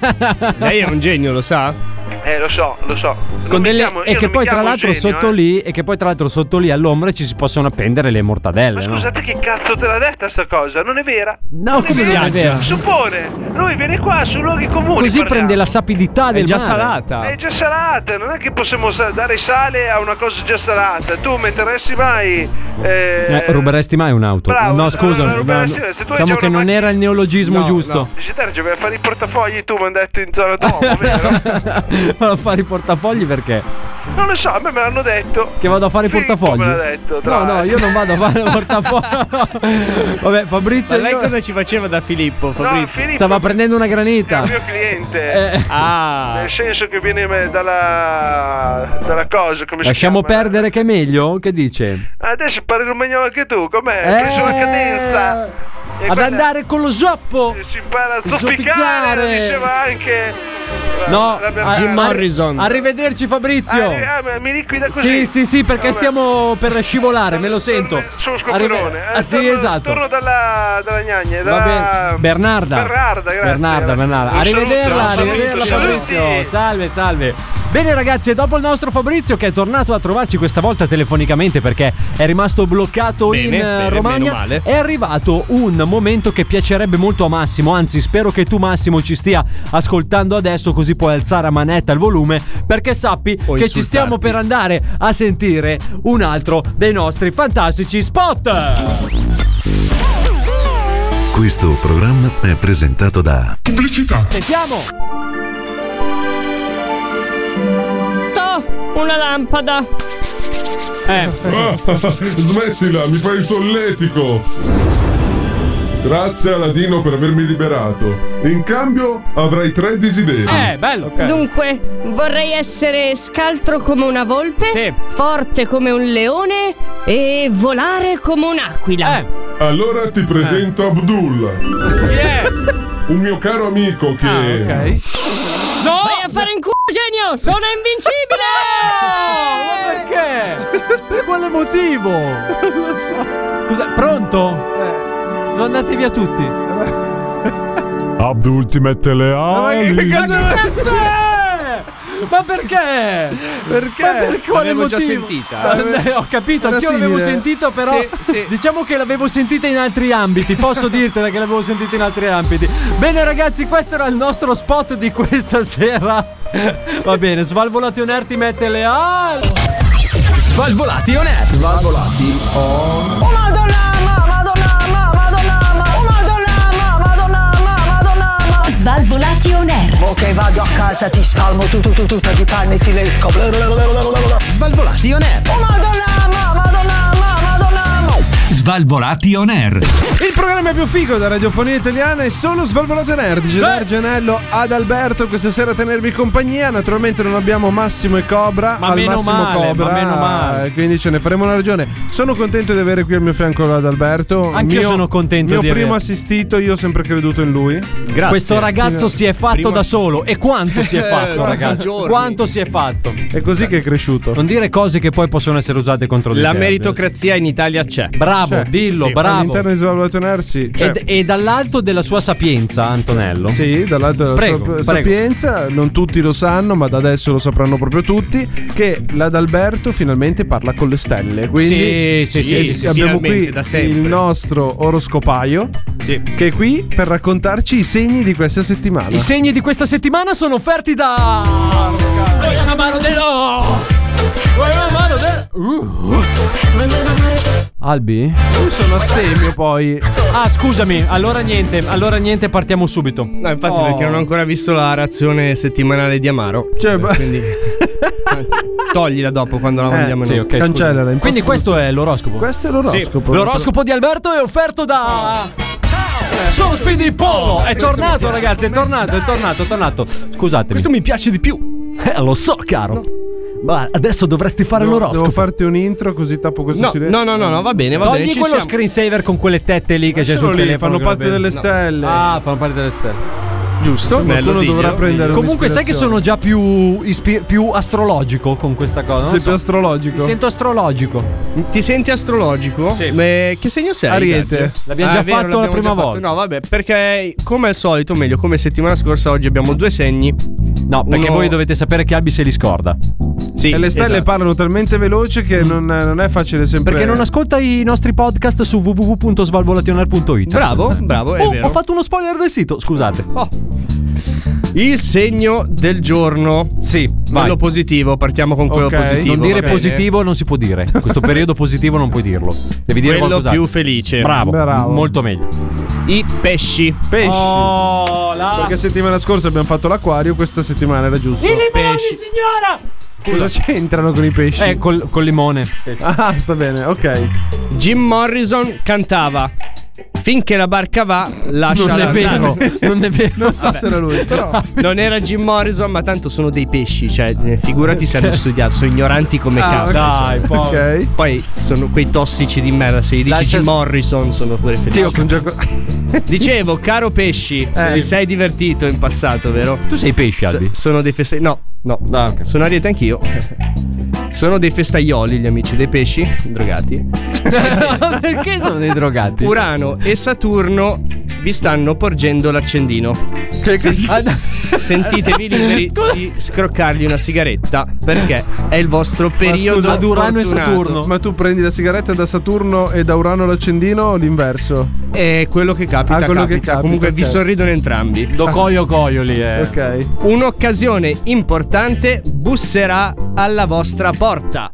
Lei è un genio, lo sa? Eh, lo so, lo so. Con Non mi delle- chiamo- io e non che mi poi tra chiamo l'altro Eugenio, sotto eh. lì e che poi tra l'altro sotto lì all'ombra ci si possono appendere le mortadelle, no? Scusate che cazzo te l'ha detta sta cosa? Non è vera? No, non come non è vera? Suppone, noi viene qua su luoghi comuni. Così parliamo. prende la sapidità del mare. È già salata, non è che possiamo sa- dare sale a una cosa già salata. Tu metteresti mai. eh, Eh, ruberesti mai un'auto? Bravo, no, scusa, allora ruberesti- no, no. se tu hai diciamo già che una non era il neologismo (laughs) giusto. Dice Sergio, vai a fare i portafogli tu mi hai detto in zona dopo. (laughs) Vado a fare i portafogli perché? non lo so, a me me l'hanno detto. Che vado a fare i portafogli? me l'ha detto, tra no, no, l'altro. io non vado a fare (laughs) i portafogli. Vabbè, Fabrizio. Ma lei io- cosa ci faceva da Filippo, Fabrizio? Filippo- Stava prendendo una granita. Eh, Il mio cliente. Ah. Nel senso che viene me- dalla. dalla cosa, come si Lasciamo chiama? perdere che è meglio? Che dice? Adesso parli romagnolo anche tu, com'è? Hai Eh. preso la cadenza. Ad E quella- andare con lo zoppo. Si impara a Zoppicare. zoppicare, diceva anche. No, L'abbiamo- a- Jim a- Morrison. Arrivederci Fabrizio. Ah, ah, ma mi liquida così. Sì, sì, sì, perché Vabbè. stiamo per scivolare, me lo sento. Sono scoperone. Arrive- ah, sì, esatto. eh, Torno dalla, dalla gnagna. Va bene. Dalla... Bernarda. Bernarda, grazie. Bernarda, Bernarda. Un saluto, Arrivederla, un saluto, arrivederla saluti. Fabrizio. Salve, salve. Bene ragazzi, e dopo il nostro Fabrizio che è tornato a trovarci questa volta telefonicamente perché è rimasto bloccato Bene, in eh, bene, Romagna, meno male. è arrivato un momento che piacerebbe molto a Massimo, anzi spero che tu Massimo ci stia ascoltando adesso così puoi alzare a manetta il volume perché sappi che ci insultarti. stiamo per andare a sentire un altro dei nostri fantastici spot. Questo programma è presentato da Pubblicità. Sentiamo. To, una lampada. (laughs) Eh. Smettila, mi fai il solletico. Grazie Aladino per avermi liberato. In cambio avrai tre desideri. Eh, bello. Dunque, vorrei essere scaltro come una volpe, forte come un leone e volare come un'aquila. Allora ti presento Abdullah. Un mio caro amico che... No! Vai a fare in culo, genio! Sono (laughs) invincibile! Perché? Per quale motivo? non lo so. Cos'è? Pronto? Non andate via tutti. Abdul ti mette le Ma ali. che cazzo è? Ma perché? Perché? Ma per quale L'avevo già motivo? sentita. Eh, ho capito, Era anch'io l'avevo simile. sentita, però Sì, sì. diciamo che l'avevo sentita in altri ambiti. Posso dirtela che l'avevo sentita in altri ambiti. Bene, ragazzi, questo era il nostro spot di questa sera. Va bene, Svalvolati on air ti mette le ali. Svalvolati on air. Svalvolati on Oh madonna, ma, madonna, ma, madonna, ma, oh madonna, ma, madonna, ma, madonna, ma. Svalvolati on air. Ok, vado a casa, ti spalmo tu tu tu tu di panni e ti lecco. Svalvolati on air. Oh madonna, ma, madonna, ma, madonna, ma. Svalvolati on air. Il programma più figo della radiofonia italiana è solo Svalvolato Nerd. Gerard Genello ad Alberto questa sera a tenervi compagnia. Naturalmente non abbiamo Massimo e Cobra. Ma al meno Massimo male, ma Cobra. meno male. eh, Quindi ce ne faremo una ragione. Sono contento di avere qui al mio fianco ad Alberto. Anch'io sono contento Mio di primo averti. assistito, io ho sempre creduto in lui. Grazie. Questo ragazzo si è fatto da solo. E quanto si è Eh, fatto, ragazzi? Quanto si è fatto? È così che è cresciuto. Non dire cose che poi possono essere usate contro di La te. meritocrazia in Italia c'è. Bravo, dillo, bravo. Cioè, All'interno di Svalvolato Nerd, sì. Cioè, Ed- e dall'alto della sua sapienza, Antonello. Sì, dall'alto della Prego, sap- prego. sapienza, non tutti lo sanno, ma da adesso lo sapranno proprio tutti, che l'Adalberto finalmente parla con le stelle. Quindi Sì, sì, sì, eh, sì, sì, abbiamo finalmente, qui da sempre. il nostro oroscopaio che è qui per raccontarci i segni di questa settimana. I segni di questa settimana sono offerti da. Voglio una mano dello! Voglio una mano dello! Uh. Albi? Io sono astemio poi. Ah, scusami, allora niente, allora niente, partiamo subito. No, infatti, Oh. perché non ho ancora visto la razione settimanale di Amaro. Cioè, quindi. Anzi, toglila dopo quando Eh. la mandiamo noi. Cancellala. Quindi questo è l'oroscopo. Questo è l'oroscopo. Sì, l'oroscopo di Alberto è offerto da. Sono Speedy Polo! È Questo mi tornato, piace. ragazzi, è tornato, è tornato, è tornato. Scusatemi. Questo mi piace di più. Eh, lo so, caro. Ma adesso dovresti fare Devo- l'oroscopo. Devo farti un intro così tappo questo No, silenzio. no, no, no, no, va bene, va bene, ci siamo. screensaver con quelle tette lì che c'è Sono sul lì, fanno telefono, che va parte bene. delle No. stelle. Ah, fanno parte delle stelle. Giusto, Bello, qualcuno diglielo, dovrà prendere diglielo. Comunque, sai che sono un'ispirazione. già più, ispi- più astrologico con questa cosa? non Sei so. più astrologico? Mi sento astrologico. Ti senti astrologico? Sì. Eh, che segno sei? Ariete. Gaggio? L'abbiamo Ah, già è vero, fatto la l'abbiamo prima già fatto. volta. No, vabbè, perché come al solito, o meglio, come settimana scorsa, oggi abbiamo due segni. No, perché voi dovete sapere che Albi se li scorda. Sì, e le stelle esatto. parlano talmente veloce che non, non è facile sempre. Perché non ascolta i nostri podcast su www.svalvolationer.it. Bravo, bravo, è Oh, vero. Ho fatto uno spoiler del sito, scusate. Il segno del giorno. Sì, Quello positivo, partiamo con quello Ok, positivo. Non dire va bene? positivo non si può dire. In questo periodo positivo non puoi dirlo. Devi dire Quello qualcos'altro. più felice. Bravo, Bravo. molto meglio. I pesci. Pesci. Oh, Perché settimana scorsa abbiamo fatto l'acquario, questa settimana era giusto. pesci. signora! Cosa c'entrano con i pesci? Eh, col, col limone. Ah, sta bene, ok. Jim Morrison cantava Finché la barca va, lascia Non è vero, non è vero. Non so se era lui, però. Non era Jim Morrison, ma tanto sono dei pesci, cioè, eh, figurati (laughs) se hanno studiato, sono ignoranti come Ah, cazzo. dai, Sono. poveri. Poi sono quei tossici di merda, (laughs) se gli dici Lascia- Jim Morrison sono pure felici. ho- Dicevo, caro pesci, ti Eh, sei divertito in passato, vero? Tu sei pesce, Albi? sono dei festai... No, no. Sono ariete anch'io. Sono dei festaioli gli amici dei pesci, drogati. (laughs) Perché sono dei drogati? Urano e Saturno vi stanno porgendo l'accendino. Sentitevi (laughs) liberi di scroccargli una sigaretta perché è il vostro periodo Ma scusa, da fortunato. Ma tu prendi la sigaretta da Saturno e da Urano l'accendino o l'inverso? È quello che capita, Ah, quello che capita. capita, Comunque vi ok. sorridono entrambi. Lo coio coio lì, eh. Ok. Un'occasione importante busserà alla vostra porta.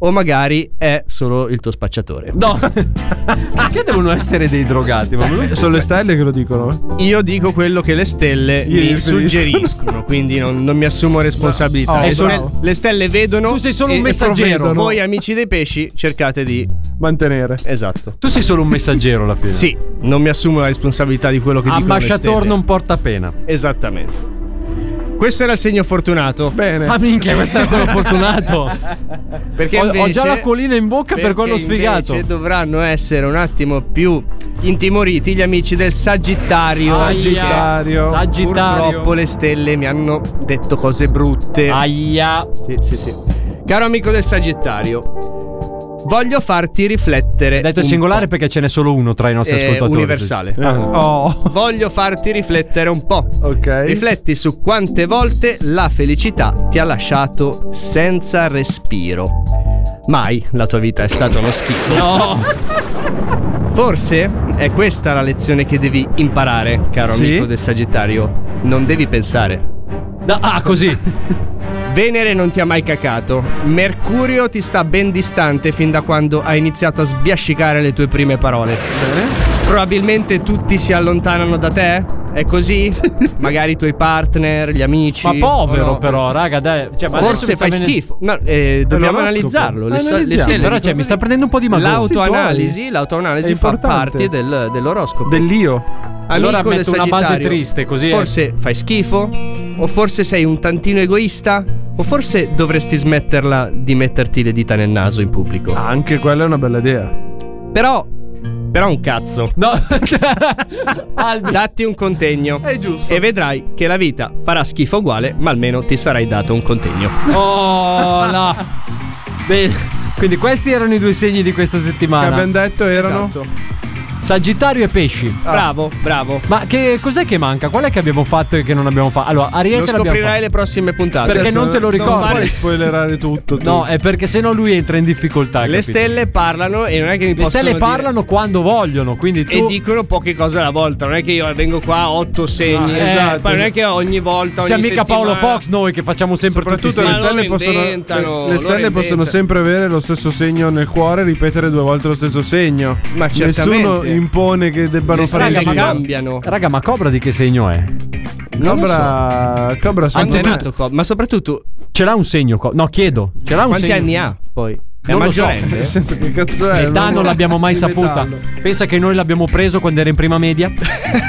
O magari è solo il tuo spacciatore. No. (laughs) Perché devono essere dei drogati? Ma Eh, Sono le stelle che lo dicono. eh. Io dico quello che le stelle Io mi preferisco. suggeriscono, quindi non, non mi assumo responsabilità. Oh, le, bravo. stelle, le stelle vedono. Tu sei solo un messaggero. Voi, amici dei pesci, cercate di mantenere. Esatto. Tu sei solo un messaggero alla fine. Sì, non mi assumo la responsabilità di quello che dicono le Ambasciator stelle. non porta pena. Eh. Esattamente. Questo era il segno fortunato. Bene. Ah, minchia, questo è quello (laughs) fortunato. Perché ho, ho invece- già la colina in bocca per perché quello sfigato. invece dovranno essere un attimo più intimoriti gli amici del Sagittario. Sagittario. Sagittario. Purtroppo le stelle mi hanno detto cose brutte. Aia. Sì, sì, sì. Caro amico del Sagittario, voglio farti riflettere. Hai detto un singolare perché ce n'è solo uno tra i nostri Eh, ascoltatori. universale. Ah. (laughs) Voglio farti riflettere un po'. Ok. Rifletti su quante volte la felicità ti ha lasciato senza respiro. Mai la tua vita è stata uno schifo. No. Forse è questa la lezione che devi imparare, caro Sì? amico del Sagittario. Non devi pensare. No, ah, (laughs) così. Venere non ti ha mai cacato. Mercurio ti sta ben distante fin da quando hai iniziato a sbiascicare le tue prime parole. Probabilmente tutti si allontanano da te? È (laughs) così? Magari i tuoi partner, gli amici. Ma povero, o Oh, no? però, raga, dai. Cioè, ma adesso mi Forse sta fai venendo- schifo. No, eh, dobbiamo analizzarlo. Le, so- le Analizziamo. stelle però dicono- cioè, mi sta prendendo un po' di mal. L'autoanalisi, l'autoanalisi È fa importante. parte del- dell'oroscopo. Dell'io. Allora Amico del metto una base Sagittario, triste, così, eh. Forse fai schifo? O forse sei un tantino egoista? O forse dovresti smetterla di metterti le dita nel naso in pubblico? Ah. Anche quella è una bella idea. Però. Però un cazzo. No. Datti un contegno. È giusto. E vedrai che la vita farà schifo uguale, ma almeno ti sarai dato un contegno. Oh, no. Beh, quindi questi erano i due segni di questa settimana. Che abbiamo detto erano? Esatto. Sagittario e pesci. Bravo, bravo. Ma che cos'è che manca? Qual è che abbiamo fatto e che non abbiamo fatto? Allora, Ariete Lo l'abbiamo scoprirai fatto. le prossime puntate. Perché non te Non lo ricordo. puoi spoilerare tutto. tu. No, eh, è perché sennò lui entra in difficoltà. Le capito? stelle parlano e non è che mi Le possono stelle dire- parlano quando vogliono, quindi tu E dicono poche cose alla volta, non è che io vengo qua a otto segni, No, esatto. eh, poi non è che ogni volta ogni siamo mica Paolo settimana- Fox noi che facciamo sempre tutti i Soprattutto le Ma segni. stelle, loro possono, inventano, le- le loro stelle possono inventano. sempre avere lo stesso segno nel cuore e ripetere due volte lo stesso segno. Ma Nessuno certamente. impone che debbano Le fare stelle il giro. cambiano. Raga, ma Cobra di che segno è? Non lo Cobra, Cobra so. Quando è secondo me- nato Cobb? Ma soprattutto Ce l'ha un segno? co- no, chiedo. Ce l'ha un quanti segno? anni ha poi? È Non lo so. maggiorenne? (laughs) Nel senso che cazzo è? L'età non l'abbiamo (laughs) mai di saputa. metallo. Pensa che noi l'abbiamo preso quando era in (laughs) prima media.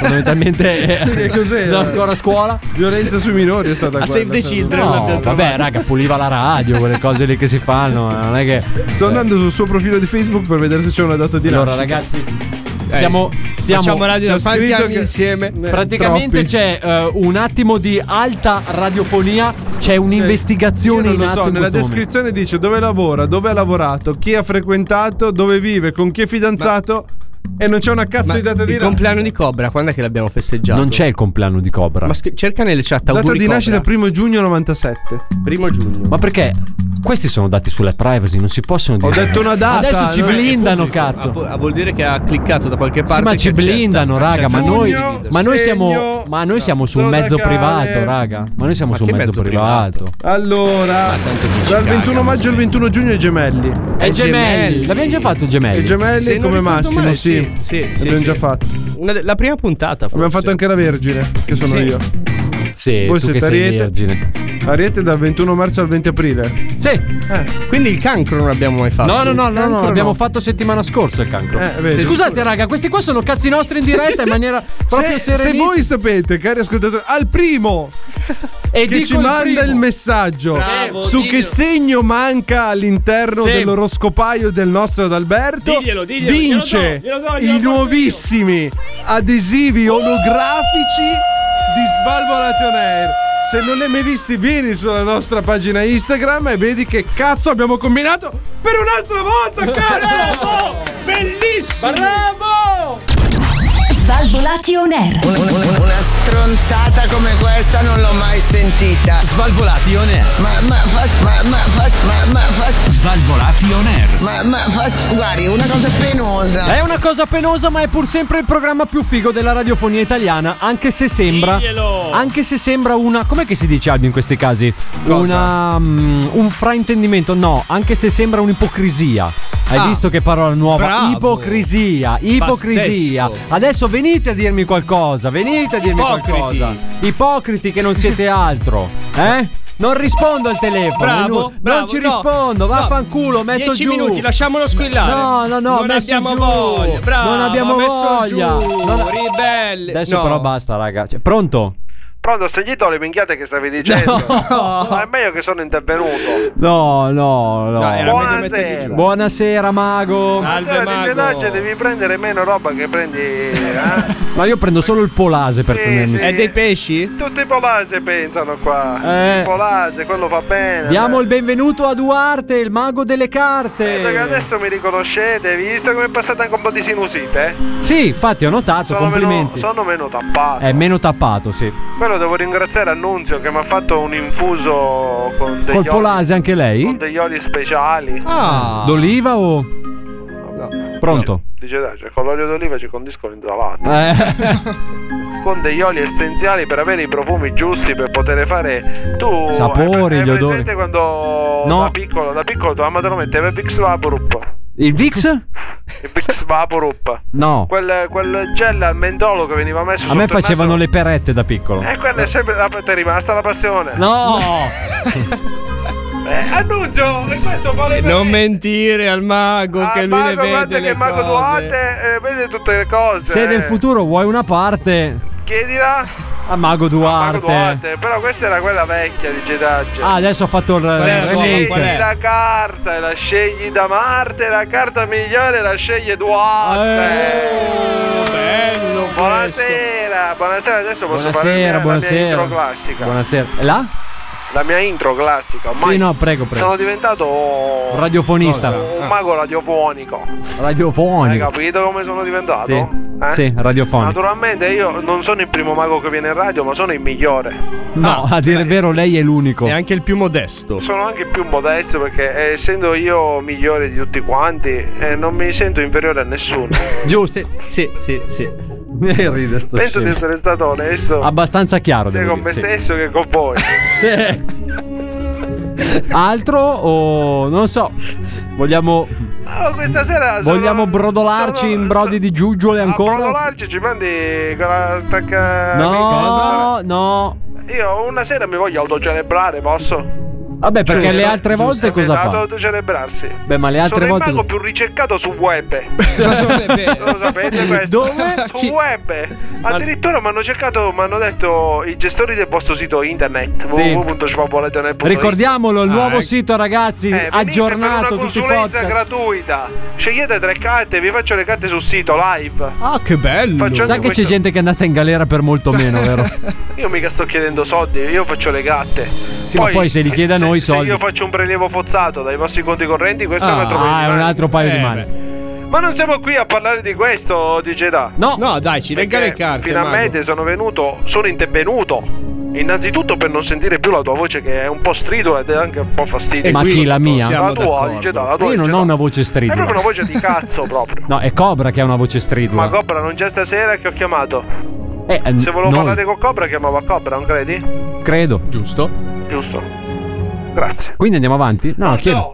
Fondamentalmente Sì, che cos'era? era ancora a scuola. Violenza sui minori è stata A quella, Save the cioè, Children no. l'abbiamo No, vabbè, raga, puliva la radio, quelle cose lì che si fanno. eh, Non è che. Sto andando sul suo profilo di Facebook per vedere se c'è una data di Allora, nascita. ragazzi, stiamo. stiamo Cioè, Facciamo radio da C'è quanti scritto anni che- insieme? Eh, troppi. Praticamente c'è eh, un attimo di alta radiofonia, c'è un'investigazione Io in non lo atto so, in nella questo momento. descrizione dice dove lavora, dove ha lavorato, chi ha frequentato, dove vive, con chi è fidanzato e non c'è una cazzo Ma di data di il nascita. compleanno di Cobra, quando è che l'abbiamo festeggiato? Non c'è il compleanno di Cobra. Ma Ma, sch- cerca nelle chat Data auguri di Cobra. nascita 1 giugno 97. primo giugno. perché? Questi sono dati sulla privacy, non si possono Ho dire. detto una data. Adesso ci non è che blindano, cazzo. Ah, vuol dire che ha cliccato da qualche Sì, parte. ma ci che accetta. blindano, raga. Ma Accetta. noi, Giugno, ma noi siamo, segno, ma noi siamo su un zodiacale. mezzo privato, raga. Ma noi siamo Ma su un che mezzo, mezzo privato. Allora, ci dal caga, 21 maggio al 21 giugno i gemelli. È È gemelli. gemelli. L'abbiamo già fatto gemelli. I gemelli Se non come ricordo massimo, male, sì. sì, sì, sì, L'abbiamo sì. già fatto. Una de- la prima puntata. Abbiamo forse. fatto anche la Vergine, che sono Sì. io. sì, Voi tu siete che sei Ariete? vergine. Ariete dal 21 marzo al 20 aprile. Sì. Quindi il cancro non l'abbiamo mai fatto. No, no, no, Il no, no, cancro l'abbiamo no. fatto settimana scorsa il cancro. Eh, vedi. Sì, Scusate, raga, questi qua sono cazzi nostri in diretta in maniera proprio se, se serenissima. voi sapete, cari ascoltatori, al primo che E dico ci il manda primo. il messaggio Bravo, su dillo. che segno manca all'interno Sì. dell'oroscopaio del nostro Adalberto, Diglielo, diglielo, vince glielo Uh! do, glielo do, glielo i nuovissimi adesivi olografici di Svalvolate On Air. Se non li hai mai visti, vieni sulla nostra pagina Instagram e vedi che cazzo abbiamo combinato per un'altra (laughs) volta, cazzo! Bellissimo! Bravo! Svalvolati on air. Una stronzata come questa non l'ho mai sentita. Svalvolati on air. Ma ma fac- ma ma fac- ma ma fac- Svalvolati on air. ma ma fac- guardi, una cosa penosa. È una cosa penosa, ma è pur sempre il programma più figo della radiofonia italiana, anche se sembra Diglielo! anche se sembra una com'è che si dice Albi in questi casi? Una mm, un fraintendimento, no, anche se sembra un'ipocrisia. Hai Ah. visto che parola nuova? Bravo. Ipocrisia, ipocrisia. Pazzesco. Adesso venite a dirmi qualcosa, venite a dirmi Ipocriti. qualcosa. Ipocriti che non siete altro, eh? Non rispondo al telefono. Bravo, Menu- non bravo, ci no, rispondo, no. vaffanculo, metto Dieci giù. minuti, lasciamolo squillare. No, no, no, ho Non messo abbiamo giù. voglia. Bravo, non abbiamo ho messo voglia. giù, Non- ribelle. Adesso No. però basta, raga. Cioè, pronto? Pronto, se gli do le minchiate che stavi dicendo, ma è meglio che sono intervenuto. No, no, no. No, era meglio metterli giù. Buonasera, mago. Allora, di pedaggio devi prendere meno roba che prendi. Eh? (laughs) Ma io prendo solo il polase per Sì, tenermi. sì. È dei pesci? Tutti i polase pensano qua. Eh. Il polase, quello fa bene. Diamo il benvenuto a Duarte, il mago delle Vedo che carte. adesso mi riconoscete, vi visto come è passata anche un po' di sinusite? eh? Sì, infatti ho notato, Sono meno, complimenti. Eh, sono meno tappato. È meno tappato, sì. Quello devo ringraziare Annunzio che mi ha fatto un infuso con degli Col oli- polase anche con lei? degli oli speciali. Ah. D'oliva o Pronto? Dice dai, cioè, con l'olio d'oliva ci condiscono in salato. Eh. (laughs) Con degli oli essenziali per avere i profumi giusti per poter fare tu eh, Sapori, hai, pre- hai gli odori. presente quando No. da piccolo, da piccolo tua mamma te lo metteva il Vicks Vaporup. Il Vix? (laughs) Il Vicks Vaporup. No. Quel, quel gel al mentolo che veniva messo A me sotto il facevano naso. le perette da piccolo. E Eh, quella è sempre la ti è rimasta la passione. No! eh, annuncio! E questo vale per Non me. mentire al mago Ah, che lui mago, ne vede guarda le che Mago cose. Duarte eh, vede tutte le cose. Se nel futuro vuoi una parte Chiedila a Mago Mago Duarte. Duarte. Però questa era quella vecchia di Gedagge. Ah, adesso ha fatto il Scegli remake. la carta e la scegli da Marte, la carta migliore la sceglie Duarte. Eh, bello buonasera, buonasera, adesso posso Buonasera, fare la mia- la mia buonasera. intro classica. Buonasera. E là? La mia intro classica, ormai Sì, no, prego, prego. sono diventato Un radiofonista. un Ah. mago radiofonico. Hai Radiofonico. capito come sono diventato? Sì, Eh? sì, radiofonico. Naturalmente io non sono il primo mago che viene in radio, ma sono il migliore. No, a dire il vero, lei è l'unico. È anche il più modesto. Sono anche più modesto perché eh, essendo io migliore di tutti quanti, eh, non mi sento inferiore (laughs) a nessuno. Giusto. Sì, sì, sì. Mi ride sto Penso di scemo. essere stato onesto Abbastanza chiaro, sia devo con me dire. Ah, sì. stesso che con voi. Altro o non so. Vogliamo Oh, questa sera sono- vogliamo brodolarci sono- in brodi di giuggiole A ancora? brodolarci eh, ci mandi quella stacca. No, no. Io una sera mi voglio autocelebrare, posso? Vabbè, perché Giusto, le altre giusto. volte cosa Esatto, fa? Autocelebrarsi. Beh, ma le altre Sono volte il mago più ricercato su (laughs) web. Lo sapete questo? Dove? Su web. Addirittura mi hanno cercato, mi hanno detto i gestori del vostro sito internet. Sì. www.svalvolatenet.it. Ricordiamolo, il Ah, nuovo ecco. sito, ragazzi, Eh, venite per aggiornato una tutti i consulenza podcast. gratuita. Scegliete tre carte, vi faccio le carte sul sito live. Ah, che bello! Faccio Sai anche che questo. c'è gente che è andata in galera per (laughs) molto meno, vero? Io mica sto chiedendo soldi, io faccio le carte. Sì, ma poi se li chiede a noi i se soldi. io faccio un prelievo forzato dai vostri conti correnti, questo è un altro Ah, è problema. un altro paio Eh, di mani. Ma non siamo qui a parlare di questo, DJ Da. No, No, dai, ci regga le Perché carte. Finalmente sono venuto, sono intervenuto. Innanzitutto per non sentire più la tua voce che è un po' stridula ed è anche un po' fastidio. Eh, Ma chi, la mia? La Siamo tua, d'accordo. DJ Da, la tua. Io non DJ ho Da. una voce È proprio una stridula. voce (laughs) di cazzo proprio. No, è Cobra che ha una voce Ma stridula. Cobra non c'è stasera che ho chiamato. Eh, eh, Se volevo noi, parlare con Cobra chiamavo a Cobra, non credi? credo. Giusto. Giusto. Grazie. Eh, Quindi andiamo avanti? No, Ah, chiedo.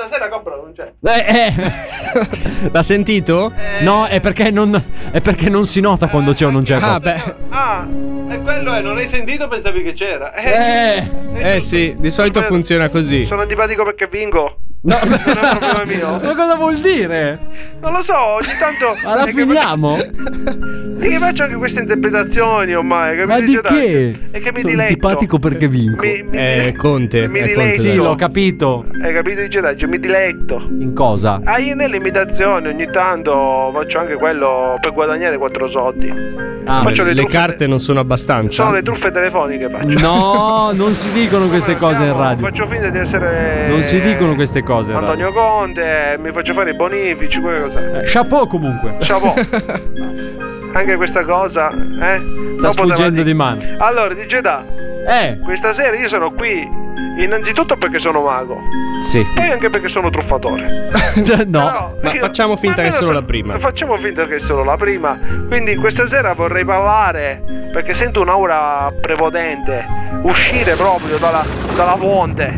Stasera Cobra non c'è. cioè. L'ha sentito? Eh. No, è perché, non, è perché non si nota quando c'è o non c'è. Ah, beh. Ah, e quello è, non hai sentito, pensavi che c'era. Eh, eh sì, di solito funziona così. Sono antipatico perché vingo. Ma cosa vuol dire? Non lo so, ogni tanto. Ma la è che- finiamo? È che faccio anche queste interpretazioni ormai. Che Ma mi di dice, dai, che? È che mi Sono diletto. antipatico perché vinco. Mi- mi- Eh, Conte. Mi è diletto. Conte Sì, l'ho capito. Hai capito il Jedi? Mi diletto. In cosa? Ah, io nelle imitazioni ogni tanto faccio anche quello per guadagnare quattro soldi. Ah, faccio le, le, le truffe. carte non sono abbastanza. Sono le truffe telefoniche faccio. No, non si dicono queste cose in radio. Faccio finta di essere. Non si dicono queste cose in radio. Antonio Conte, mi faccio fare i bonifici, quelle cose. Eh, Chapeau comunque. (laughs) Chapeau. Anche questa cosa, eh? Sta Dopo te la sfuggendo di mano. Allora, DJ Da. (laughs) Eh. Questa sera io sono qui. Innanzitutto perché sono mago. Sì. Poi anche perché sono truffatore. cioè, no, ma io- facciamo finta che ma è almeno solo so- la prima. Facciamo finta che è solo la prima. Quindi questa sera vorrei parlare. Perché sento un'aura prevodente. Uscire proprio dalla, dalla fonte.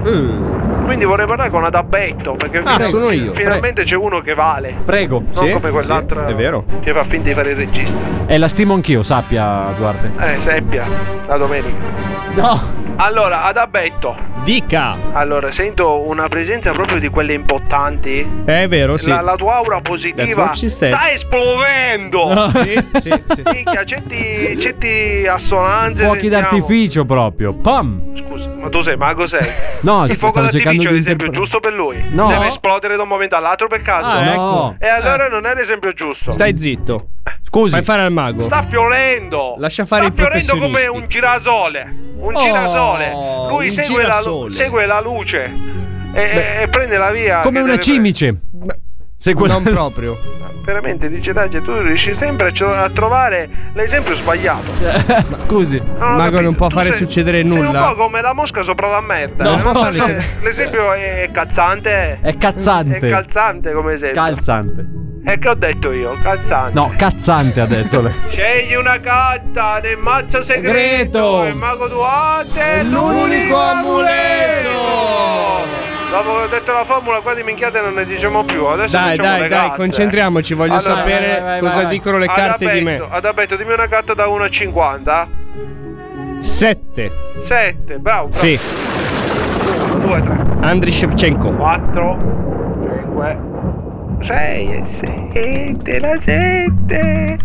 Quindi vorrei parlare con Adabetto. Perché Mm. Ah, sono io. finalmente c'è uno che vale. Prego. Non come quell'altra è vero. che fa finta di fare il regista. E Eh, la stimo anch'io, sappia, Duarte. Eh, seppia, la domenica. No. Allora, ad abbetto. Dica. Allora, sento una presenza proprio di quelle importanti. Eh, È vero, sì. La, la tua aura That's positiva what she said. sta esplodendo. Oh, Sì, sì, sì. Minchia, c'è certi (laughs) assonanze. Fuochi sentiamo. d'artificio proprio. Pam. Ma tu sei mago sei? (laughs) No, Il ci fuoco stavo cercando d'artificio è di l'esempio interpre- giusto per lui. No. Deve esplodere da un momento all'altro per caso. Ah, ecco. E allora non è l'esempio giusto. Stai zitto. Scusi. Fai fare al mago. Sta fiorendo. Lascia fare sta i fiorendo come professionisti. un girasole. Un Oh, girasole. Lui un segue, la, lu- girasole. segue la luce e- e, e prende la via. Come che una deve- cimice. Se quella- (laughs) (laughs) Non proprio. Veramente, dice Dagge, tu riesci sempre a, tro- a trovare l'esempio sbagliato. Scusi. ho Mago non capito. può Tu fare sei- succedere Sei un po' nulla. come la mosca sopra la merda. No, Eh, ma no, faccio- le- l'esempio è cazzante. È cazzante. È calzante come esempio. Calzante. e che ho detto io? Calzante. No, cazzante ha detto (laughs) lei. Scegli una carta del mazzo segreto Segreto. Il mago Duarte è l'unico l'unico amuleto Dopo che ho detto la formula qua di minchiate non ne diciamo più Adesso Dai, facciamo dai, le dai, carte. concentriamoci, voglio sapere cosa dicono le carte di me. Adabetto, Adabetto, dimmi una carta da 1 a 50 Sette. 7, bravo, bravo. Sì. 1, 2, 3, Andriy Shevchenko. 4, 5, 6, 7, la 7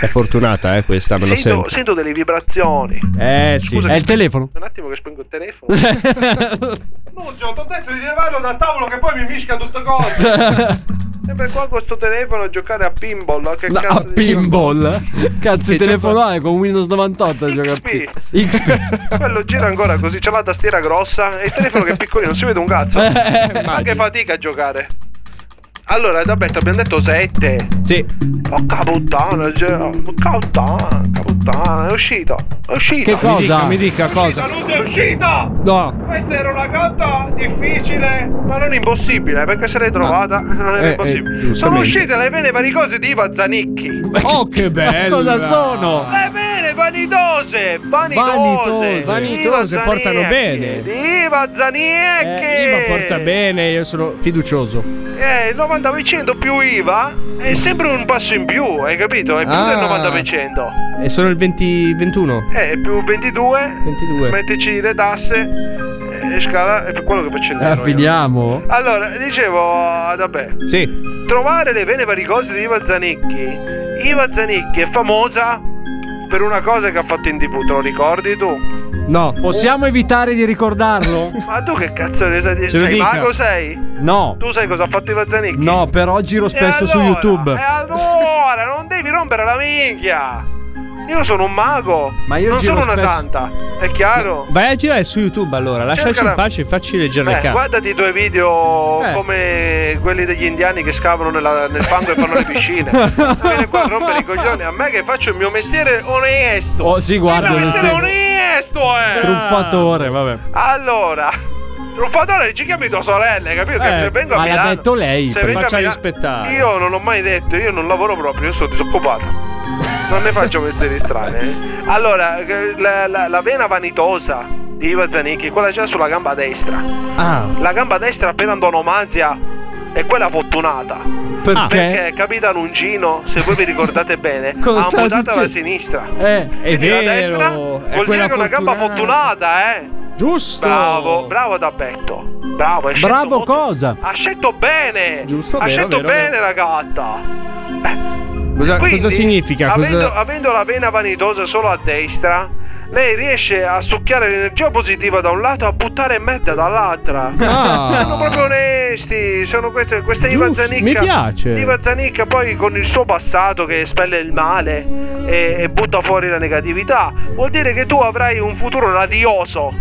È fortunata, eh, questa, me lo sento, sento. sento delle vibrazioni Eh, sì. (laughs) Scusa, È il telefono. Un attimo che spengo il (laughs) telefono. Giorgio, ti ho detto di levarlo dal tavolo che poi mi mischia tutto (laughs) cose. Sempre qua con sto telefono a giocare a pinball. Che No, cazzo a di- pinball. Cazzo, Sì, c'è telefonare con Windows 98 a giocare a XP. pinball. XP. Quello gira ancora così, c'ha la tastiera grossa e il telefono che è piccolino, non si vede (laughs) un cazzo. Ma che fatica a giocare. Allora, vabbè, abbiamo detto Oh, 7. Sì. Porca puttana, cautana, cautana, oh, è uscito. È uscito. Che cosa? Mi dica, mi dica cosa. Salute, è uscito! No. Questa era una carta difficile, ma non impossibile, perché se l'hai trovata non era Eh, eh, impossibile. Sono giustamente. uscite le vene varicose di Iva Zanicchi. Oh, (laughs) che bello. cosa sono? Le vene vanitose, vanitose, Vanitose, di vanitose, Iva portano Zanicchi, bene. di Iva Zanicchi. Eh, Iva porta bene, io sono fiducioso. Eh, il 90% più IVA è sempre un passo in più, hai capito? È più Ah. del 90%. E sono il 20, 21. Eh, più 22, 22. mettici le tasse eh, e scala, è per quello che faccio il Eh, nero io. finiamo. Allora, dicevo, ah, vabbè, Sì. trovare le vene varicose di Iva Zanicchi. Iva Zanicchi è famosa per una cosa che ha fatto in tv, te lo ricordi tu? No. Possiamo evitare di (laughs) ricordarlo? Ma tu che cazzo ne sai di... Ce lo Sei dica. mago sei? No. Tu sai cosa ha fatto Iva Zanicchi? No, però giro spesso E su allora? Eh, YouTube. E allora, non devi rompere la minchia! Io sono un mago, Ma io non giro sono una spesso- santa, è chiaro? Vai a girare su YouTube allora, lasciaci Cercala. in pace e facci leggere le Beh, carte. guardati i tuoi video Eh. come quelli degli indiani che scavano nella- nel fango e fanno (laughs) le piscine. Non Vieni qua a rompere i coglioni a me che faccio il mio mestiere onesto. Oh, sì, guarda, il mio nel mestiere senso- onesto, eh! Truffatore, vabbè. Allora, truffatore, ci chiami tua sorella, hai capito? Che Eh, se vengo a ma l'ha Milano, detto lei, se per vengo a farci Milano- rispettare. Io non ho mai detto, io non lavoro proprio, io sono disoccupato. Non ne faccio mestieri strani. eh. Allora, eh, la, la- la vena vanitosa di Iva Zanicchi, quella c'è sulla gamba destra. Ah. La gamba destra per andonomasia è quella fortunata. Perché? Perché Capita Lungino, se voi vi ricordate bene, Eh? (laughs) Cosa ha sta amputata la dicendo? sinistra. Eh, Quindi la destra vuol dire che è una gamba fortunata, eh. Giusto. Bravo, bravo Dabbetto. Bravo, hai scelto Bravo molto- (laughs) cosa? Ha scelto bene. Giusto, ha vero, scelto vero, bene la gatta. Eh. Cosa, Quindi, cosa significa? Cosa- Avendo, avendo la vena vanitosa solo a destra, lei riesce a succhiare l'energia positiva da un lato e a buttare merda dall'altra. Ah. Sono proprio onesti. Sono queste, questa Iva Giusto, Zanicca. mi piace. Iva Zanicca poi con il suo passato che espelle il male e, e butta fuori la negatività. Vuol dire che tu avrai un futuro radioso.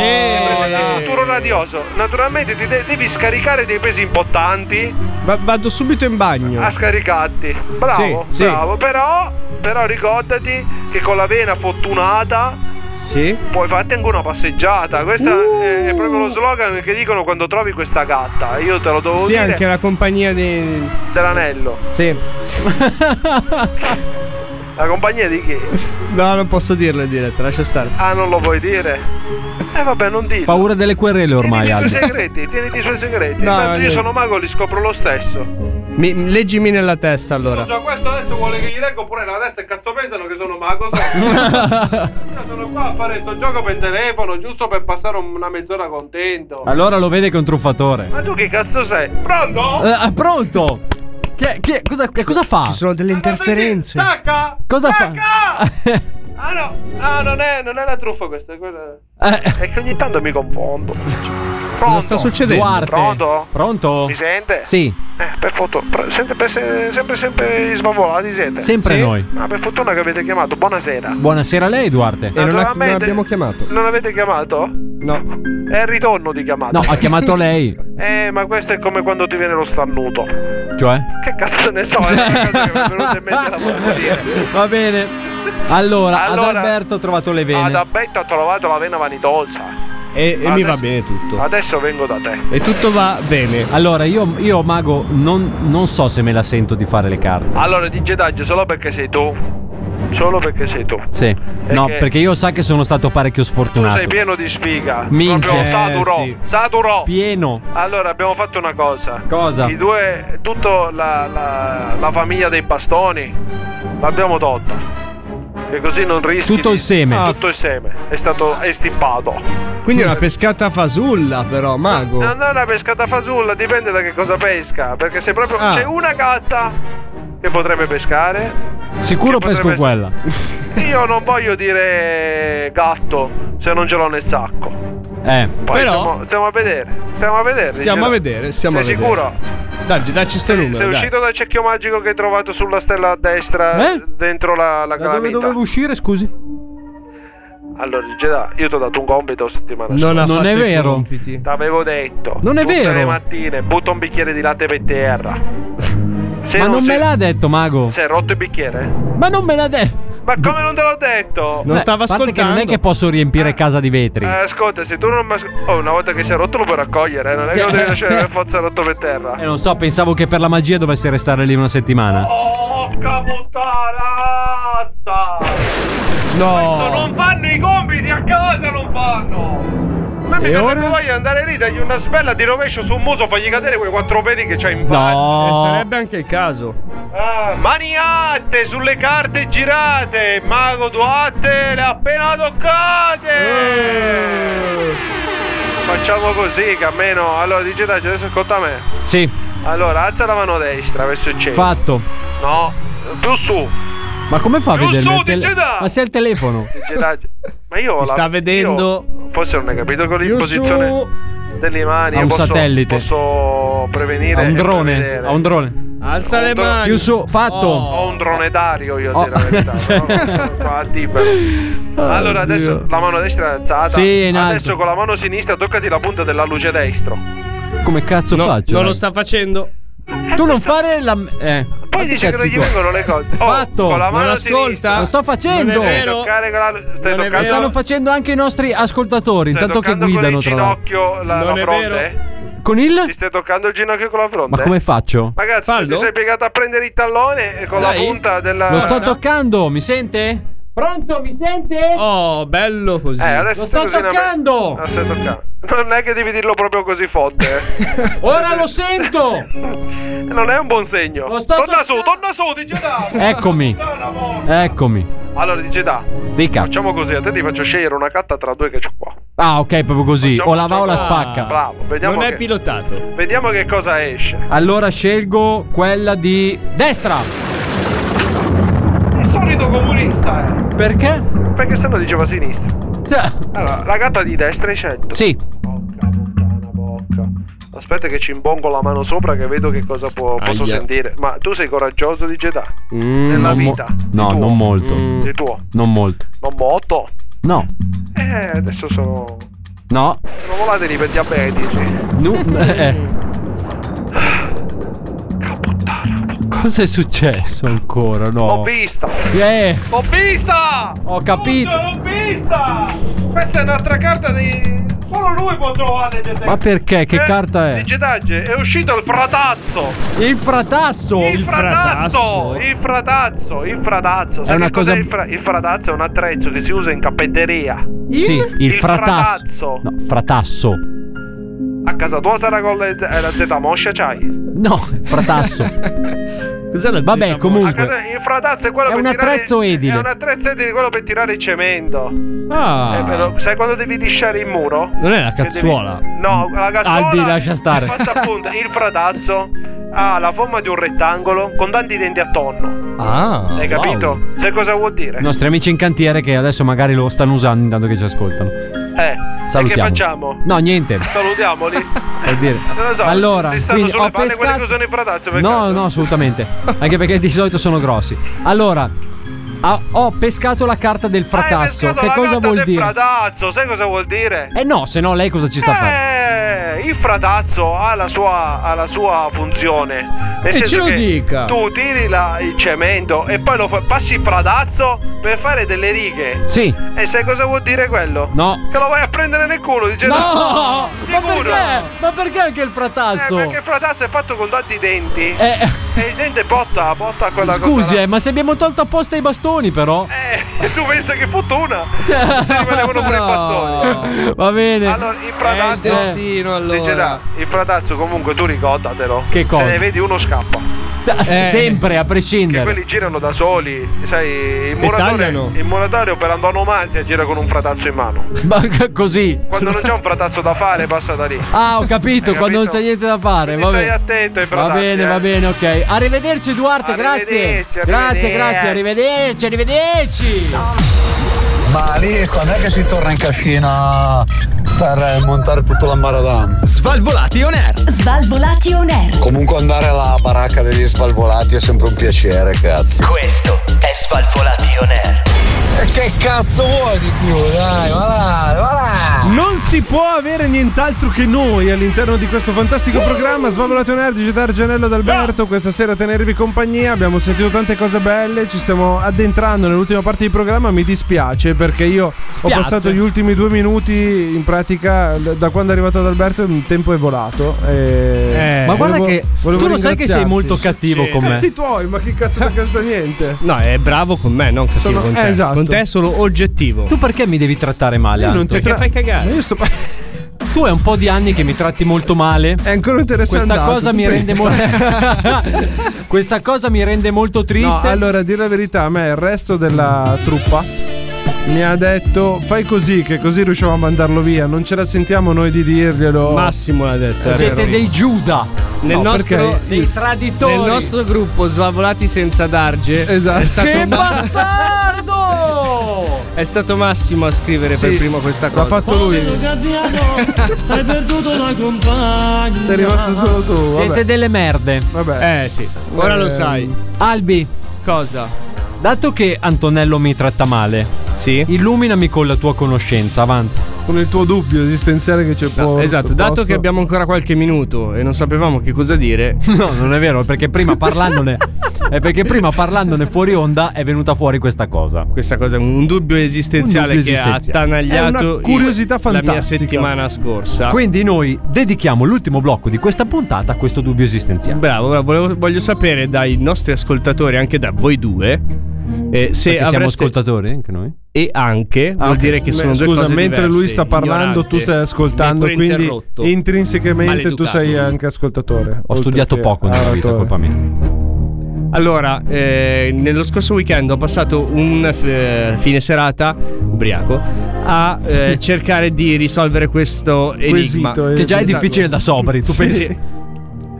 Olè! Un futuro radioso. Naturalmente ti de- devi scaricare dei pesi importanti Va- vado subito in bagno. a scaricarti. Bravo, Sì, sì. bravo. Però, però ricordati che con la vena fortunata Sì? puoi farti anche una passeggiata. Questo è, Uh. è proprio lo slogan che dicono quando trovi questa gatta. Io te lo dovevo Sì, dire anche la compagnia di. dell'anello. (laughs) Sì. La compagnia di chi? No, non posso dirlo in diretta, lascia stare. Ah, non lo vuoi dire? Eh vabbè, non dillo. Paura delle querele ormai, Tieniti i Aldo. suoi segreti, tieniti i suoi segreti. No, Tanto io eh. sono mago, li scopro lo stesso. Mi- leggimi nella testa allora. Già questo adesso vuole che gli leggo pure la testa e cazzo pensano che sono mago. (laughs) Io sono qua a fare sto gioco per telefono, giusto per passare un- una mezz'ora contento. Allora lo vede che è un truffatore. Ma tu che cazzo sei? Pronto? Eh, ah, pronto? Che, che- cosa, che cosa fa? Ci sono delle interferenze. Tacca! Cosa fa? (laughs) Eh, Ah no, ah, non, è, non è la truffa questa, è quella. È che ogni tanto mi confondo. Pronto? Cosa sta succedendo? Duarte. Pronto? Pronto? Mi sente? Sì. Eh, per fortuna, sempre, per se- sempre, sempre sbavolati siete. Sempre Sì? noi. Ma per fortuna che avete chiamato, buonasera. Buonasera a lei, Duarte. E non ha- non abbiamo chiamato. Non avete chiamato? No. È il ritorno di chiamata. No, ha chiamato lei. Eh, ma questo è come quando ti viene lo stannuto. (laughs) Cioè? Che cazzo ne so, (laughs) è una cosa che mi è venuta in mente la volevo dire. Va bene. Allora, ad Allora- Alberto ho trovato le vene. Ad Abbetto ha trovato la vena vanitosa. E, e mi Adesso- va bene tutto. Adesso vengo da te. E tutto va bene. Allora, io, io mago, non, non so se me la sento di fare le carte. Allora, di Jedi solo perché sei tu. Solo perché sei tu. Sì. No, perché io sa che sono stato parecchio Tu sei sfortunato. pieno di sfiga. Minchia. Proprio Eh, saturo. sì. Saturo. Pieno. Allora, abbiamo fatto una cosa. Cosa? I due, tutta la, la- la famiglia dei bastoni, l'abbiamo tolta. Che così non rischi. Tutto Ah. Boh. di- il seme. Ah. Tutto il seme. È stato estirpato. Quindi è una pescata fasulla, però, mago. Non è una pescata fasulla, dipende da che cosa pesca. Perché se proprio Ah. c'è una gatta che potrebbe pescare. Sicuro che pesco potrebbe- quella. (laughs) Io non voglio dire gatto se non ce l'ho nel sacco. Eh. Poi Però- stiamo, stiamo a vedere. Stiamo a vedere. Stiamo ce a l'ho. vedere, stiamo Sei a vedere. sicuro? Dai, dacci sto numero. Sei dai. uscito dal cerchio magico che hai trovato sulla stella a destra Eh? dentro la, la Da dove calamita? dovevo uscire, scusi? Allora, Geda, io ti ho dato un compito settimana Non, ha Non fatto è i vero. compiti. T'avevo detto. Non è tutte vero. le mattine butta un bicchiere di latte per (laughs) terra. Se Ma non si- me l'ha detto, mago. Si è rotto il bicchiere? Ma non me l'ha detto. Ma come non te l'ho detto? Non Beh, stava a parte che ascoltando. non è che posso riempire casa di vetri. Eh, ascolta, se tu non mi ascol- Oh, una volta che si è rotto lo puoi raccogliere, eh, non è che lo devi (laughs) lasciare per forza rotto per terra. E Eh, non so, pensavo che per la magia dovesse restare lì una settimana. Porca puttana! No. Non fanno i compiti a casa, non fanno! Ma mi E se ora? tu voglio andare lì, dagli una sbella di rovescio sul muso, fagli cadere quei quattro peli che c'hai in faccia. Eh, No. sarebbe anche il caso. Ah, mani alte sulle carte girate, mago Duarte le ha appena toccate! Eh. Facciamo così, che almeno... Allora, dice Daci, adesso ascolta me. Sì, Allora, alza la mano destra verso il cielo. fatto. No, più su. Ma come fa a Non vedere? so, il tele- dice da! Ma se è il telefono. Dice Daci, Ma io... Ti la- sta vedendo. io- forse non hai capito con Più l'imposizione... su. delle mani. Ha io un posso, satellite. Posso prevenire. Ha un e drone. prevedere. Ha un drone. Alza Ho le un dro- mani. Più su, fatto. Ho un dronedario io a dire Oh. la verità. no? (laughs) Sono qua a Tibero. Ah, Allora adesso la mano destra è alzata. Sì, è in alto. adesso con la mano sinistra toccati la punta della luce destro. Come cazzo No, faccio? non dai? lo sta facendo. Tu non fare la. Eh. Poi dice che non cazzi gli tuoi. vengono le cose. Oh, Fatto. Con la Non mano ascolta. Lo sinistra. sto facendo. Non è Stai vero. Eh, oh. toccare con la- stai Non è toccando- vero. Stanno facendo anche i nostri ascoltatori. stai Intanto che toccando guidano, tra l'altro. con il ginocchio la, Non la è fronte. Con Ti il. stai toccando il ginocchio con la fronte. Ma come faccio? Ma cazzo, Fallo. ti sei piegato a prendere il tallone e con Dai. la punta della. Lo sto toccando, mi sente? Pronto, mi sente? Oh, bello così. Eh, adesso Lo sto così una- toccando! Non stai toccando. Non è che devi dirlo proprio così forte. eh. Ora lo sento! (laughs) non è un buon segno. Torna su, torna su, Digeda! Eccomi. Ecco. Eccomi. Allora, Digeda, Dica. facciamo così, a te ti faccio scegliere una carta tra due che c'ho qua. Ah, ok, proprio così. O la va o la spacca. Bravo, vediamo Non è che- pilotato. Vediamo che cosa esce. Allora scelgo quella di destra. È solito comunista, eh. Perché? Perché se no diceva sinistra. Allora, la carta di destra hai (laughs) scelto. Sì. Aspetta che ci imbongo la mano sopra che vedo che cosa può- posso Aia. sentire. Ma tu sei coraggioso di Jedi? Mm, Nella non mo- vita. Mm. no, non molto. Di tuo. Non molto. Non molto. No. Eh, adesso sono... No. Sono volatili per diabetici. Nu- (laughs) (laughs) eh. Cosa è successo ancora? No. L'ho vista! Eh. L'ho vista! Ho capito. L'ho vista! Questa è un'altra carta di... Solo lui può trovare Jedi. Ma perché? Eh, Che carta è? Di Jedi è uscito il fratazzo! Il fratasso! Il fratazzo, il fratazzo, il fratazzo. Sai È una che cos'è cosa- il, fra- il fratazzo è un attrezzo che si usa in cappetteria. Sì, il fratasso. fratazzo. No, fratasso. A casa tua sarà con le- eh, la zeta moscia, c'hai? No, (laughs) fratasso. Vabbè, A casa- comunque. il fratazzo è quello È per un tirare- attrezzo edile. È un attrezzo edile quello per tirare il cemento. Ah. Eh, però, sai quando devi lisciare il muro? Non è la Che cazzuola. devi- No, la cazzuola. Albi, lascia stare. è fatta appunto, il fratazzo ha la forma di un rettangolo con tanti denti a tonno. (laughs) Ah. Hai capito? Sai cosa vuol dire? I nostri amici in cantiere che adesso magari lo stanno usando intanto che ci ascoltano. Eh, e che Salutiamo. facciamo? No, niente. Salutiamoli. (laughs) Per dire. Non lo so, allora, ti stanno quindi sulle ho palle quelli pescato che usano i fratazzi, per No, caso? no, assolutamente. Anche perché di solito sono grossi. Allora, ha- ho pescato la carta del fratasso. Pescato che la cosa carta vuol del dire? fratazzo, sai cosa vuol dire? Eh no, se no lei cosa ci sta a fare? Eh, il fratazzo ha la sua, ha la sua funzione. Nel E senso ce lo che dica. Tu tiri la- il cemento e poi lo fa- passi il fratazzo per fare delle righe. Sì. E sai cosa vuol dire quello? No. Che lo vai a prendere nel culo, dice No! Ma Sicuro? perché? Ma perché anche il fratasso? Eh, perché il fratazzo è fatto con tanti denti. E il dente botta, botta a quella cosa. Eh. Scusi, eh, ma se abbiamo tolto apposta i bastoni, però. Eh, (laughs) tu pensa che (laughs) fortuna! Se rimanevano pure i bastoni. Va bene. Allora, eh, il fratazzo. Eh, il destino, allora. Leggera, il fratazzo comunque tu ricordatelo. Che cosa? Se ne vedi uno scappa. Da- se- Eh. Sempre, a Che prescindere. quelli girano da soli. Sai, il tagliano. muratore, il muratore per antonomasia gira con un fratazzo in mano. Ma c- così. Quando non c'è un fratazzo da fare, passa da lì. Ah, ho capito, Hai quando non capito? c'è niente da fare. Va Stai bene. attento ai Va fratazzi. bene, eh. va bene, ok. Arrivederci Duarte, grazie. Arrivederci, Grazie, arrivederci. grazie, arrivederci, arrivederci. Ma lì quando è che si torna in cascina per montare tutto l'ambaradam? Svalvolati on air! Svalvolati on air. Comunque andare alla baracca degli svalvolati è sempre un piacere, cazzo. Questo è Svalvolation Air. E che cazzo vuoi di più? Dai, va là, va là! Non si può avere nient'altro che noi all'interno di questo fantastico programma Svavolato Nerd, Gitar Gianello d'Alberto. Questa sera a tenervi compagnia. Abbiamo sentito tante cose belle. Ci stiamo addentrando nell'ultima parte di programma. Mi dispiace perché io Spiazza. ho passato gli ultimi due minuti in pratica d- da quando è arrivato ad Alberto. Il tempo è volato. e- Eh, ma guarda volevo- che volevo tu lo sai che sei ringraziarti. molto Sì, cattivo sì. con me. Cazzi tuoi, ma che cazzo da cazzo niente? No, è bravo con me, non cattivo Sono- con eh, te. esatto. Con te è solo oggettivo. Tu perché mi devi trattare Eh, male? Io non Anto? ti Perché tra- fai cagare. Ma io (laughs) Tu è un po' di anni che mi tratti molto male. È ancora interessante. Questa Anto, cosa tu mi rende pensa? molto (laughs) Questa cosa mi rende molto triste. No, allora, a dire la verità, a me il resto della truppa mi ha detto fai così, che così riusciamo a mandarlo via. Non ce la sentiamo noi di dirglielo. Massimo l'ha detto. Siete dei Giuda. Nel No, nostro perché- dei traditori. Nel nostro gruppo Svalvolati senza darge. Esatto. È stato, Che Ma- bastardo! (laughs) è stato Massimo a scrivere Sì, per primo questa cosa. L'ha fatto Povero lui. gabbiano, hai perduto la compagna. Sei rimasto solo tu. Vabbè. Siete delle merde. Vabbè. Ehm. Eh sì, ora lo sai. Albi, Cosa? dato che Antonello mi tratta male, sì. illuminami con la tua conoscenza, avanti. Con il tuo dubbio esistenziale che c'è po- Esatto, dato posto. che abbiamo ancora qualche minuto e non sapevamo che cosa (laughs) dire. (laughs) No, non è vero, perché prima parlandone è perché prima parlandone fuori onda è venuta fuori questa cosa. Questa cosa è un dubbio esistenziale Un dubbio che esistenziale. ha attanagliato È una curiosità il- la fantastica. mia settimana scorsa. Quindi noi dedichiamo l'ultimo blocco di questa puntata a questo dubbio esistenziale. Bravo, bravo, volevo- voglio sapere dai nostri ascoltatori, anche da voi due, Eh, se Perché siamo avreste- ascoltatori anche noi? E anche vuol dire che sono Beh, due Scusa, cose mentre diverse, lui sta parlando, tu ignorante. stai ascoltando. Mi hai pure Quindi, interrotto. intrinsecamente, tu Maleducato. sei eh, anche ascoltatore. Ho studiato poco nella vita, colpa mia. Allora, eh, nello scorso weekend ho passato un eh, fine serata ubriaco a eh, cercare di risolvere questo enigma. Quesito, eh, Che già è esatto. difficile da sobri, tu pensi?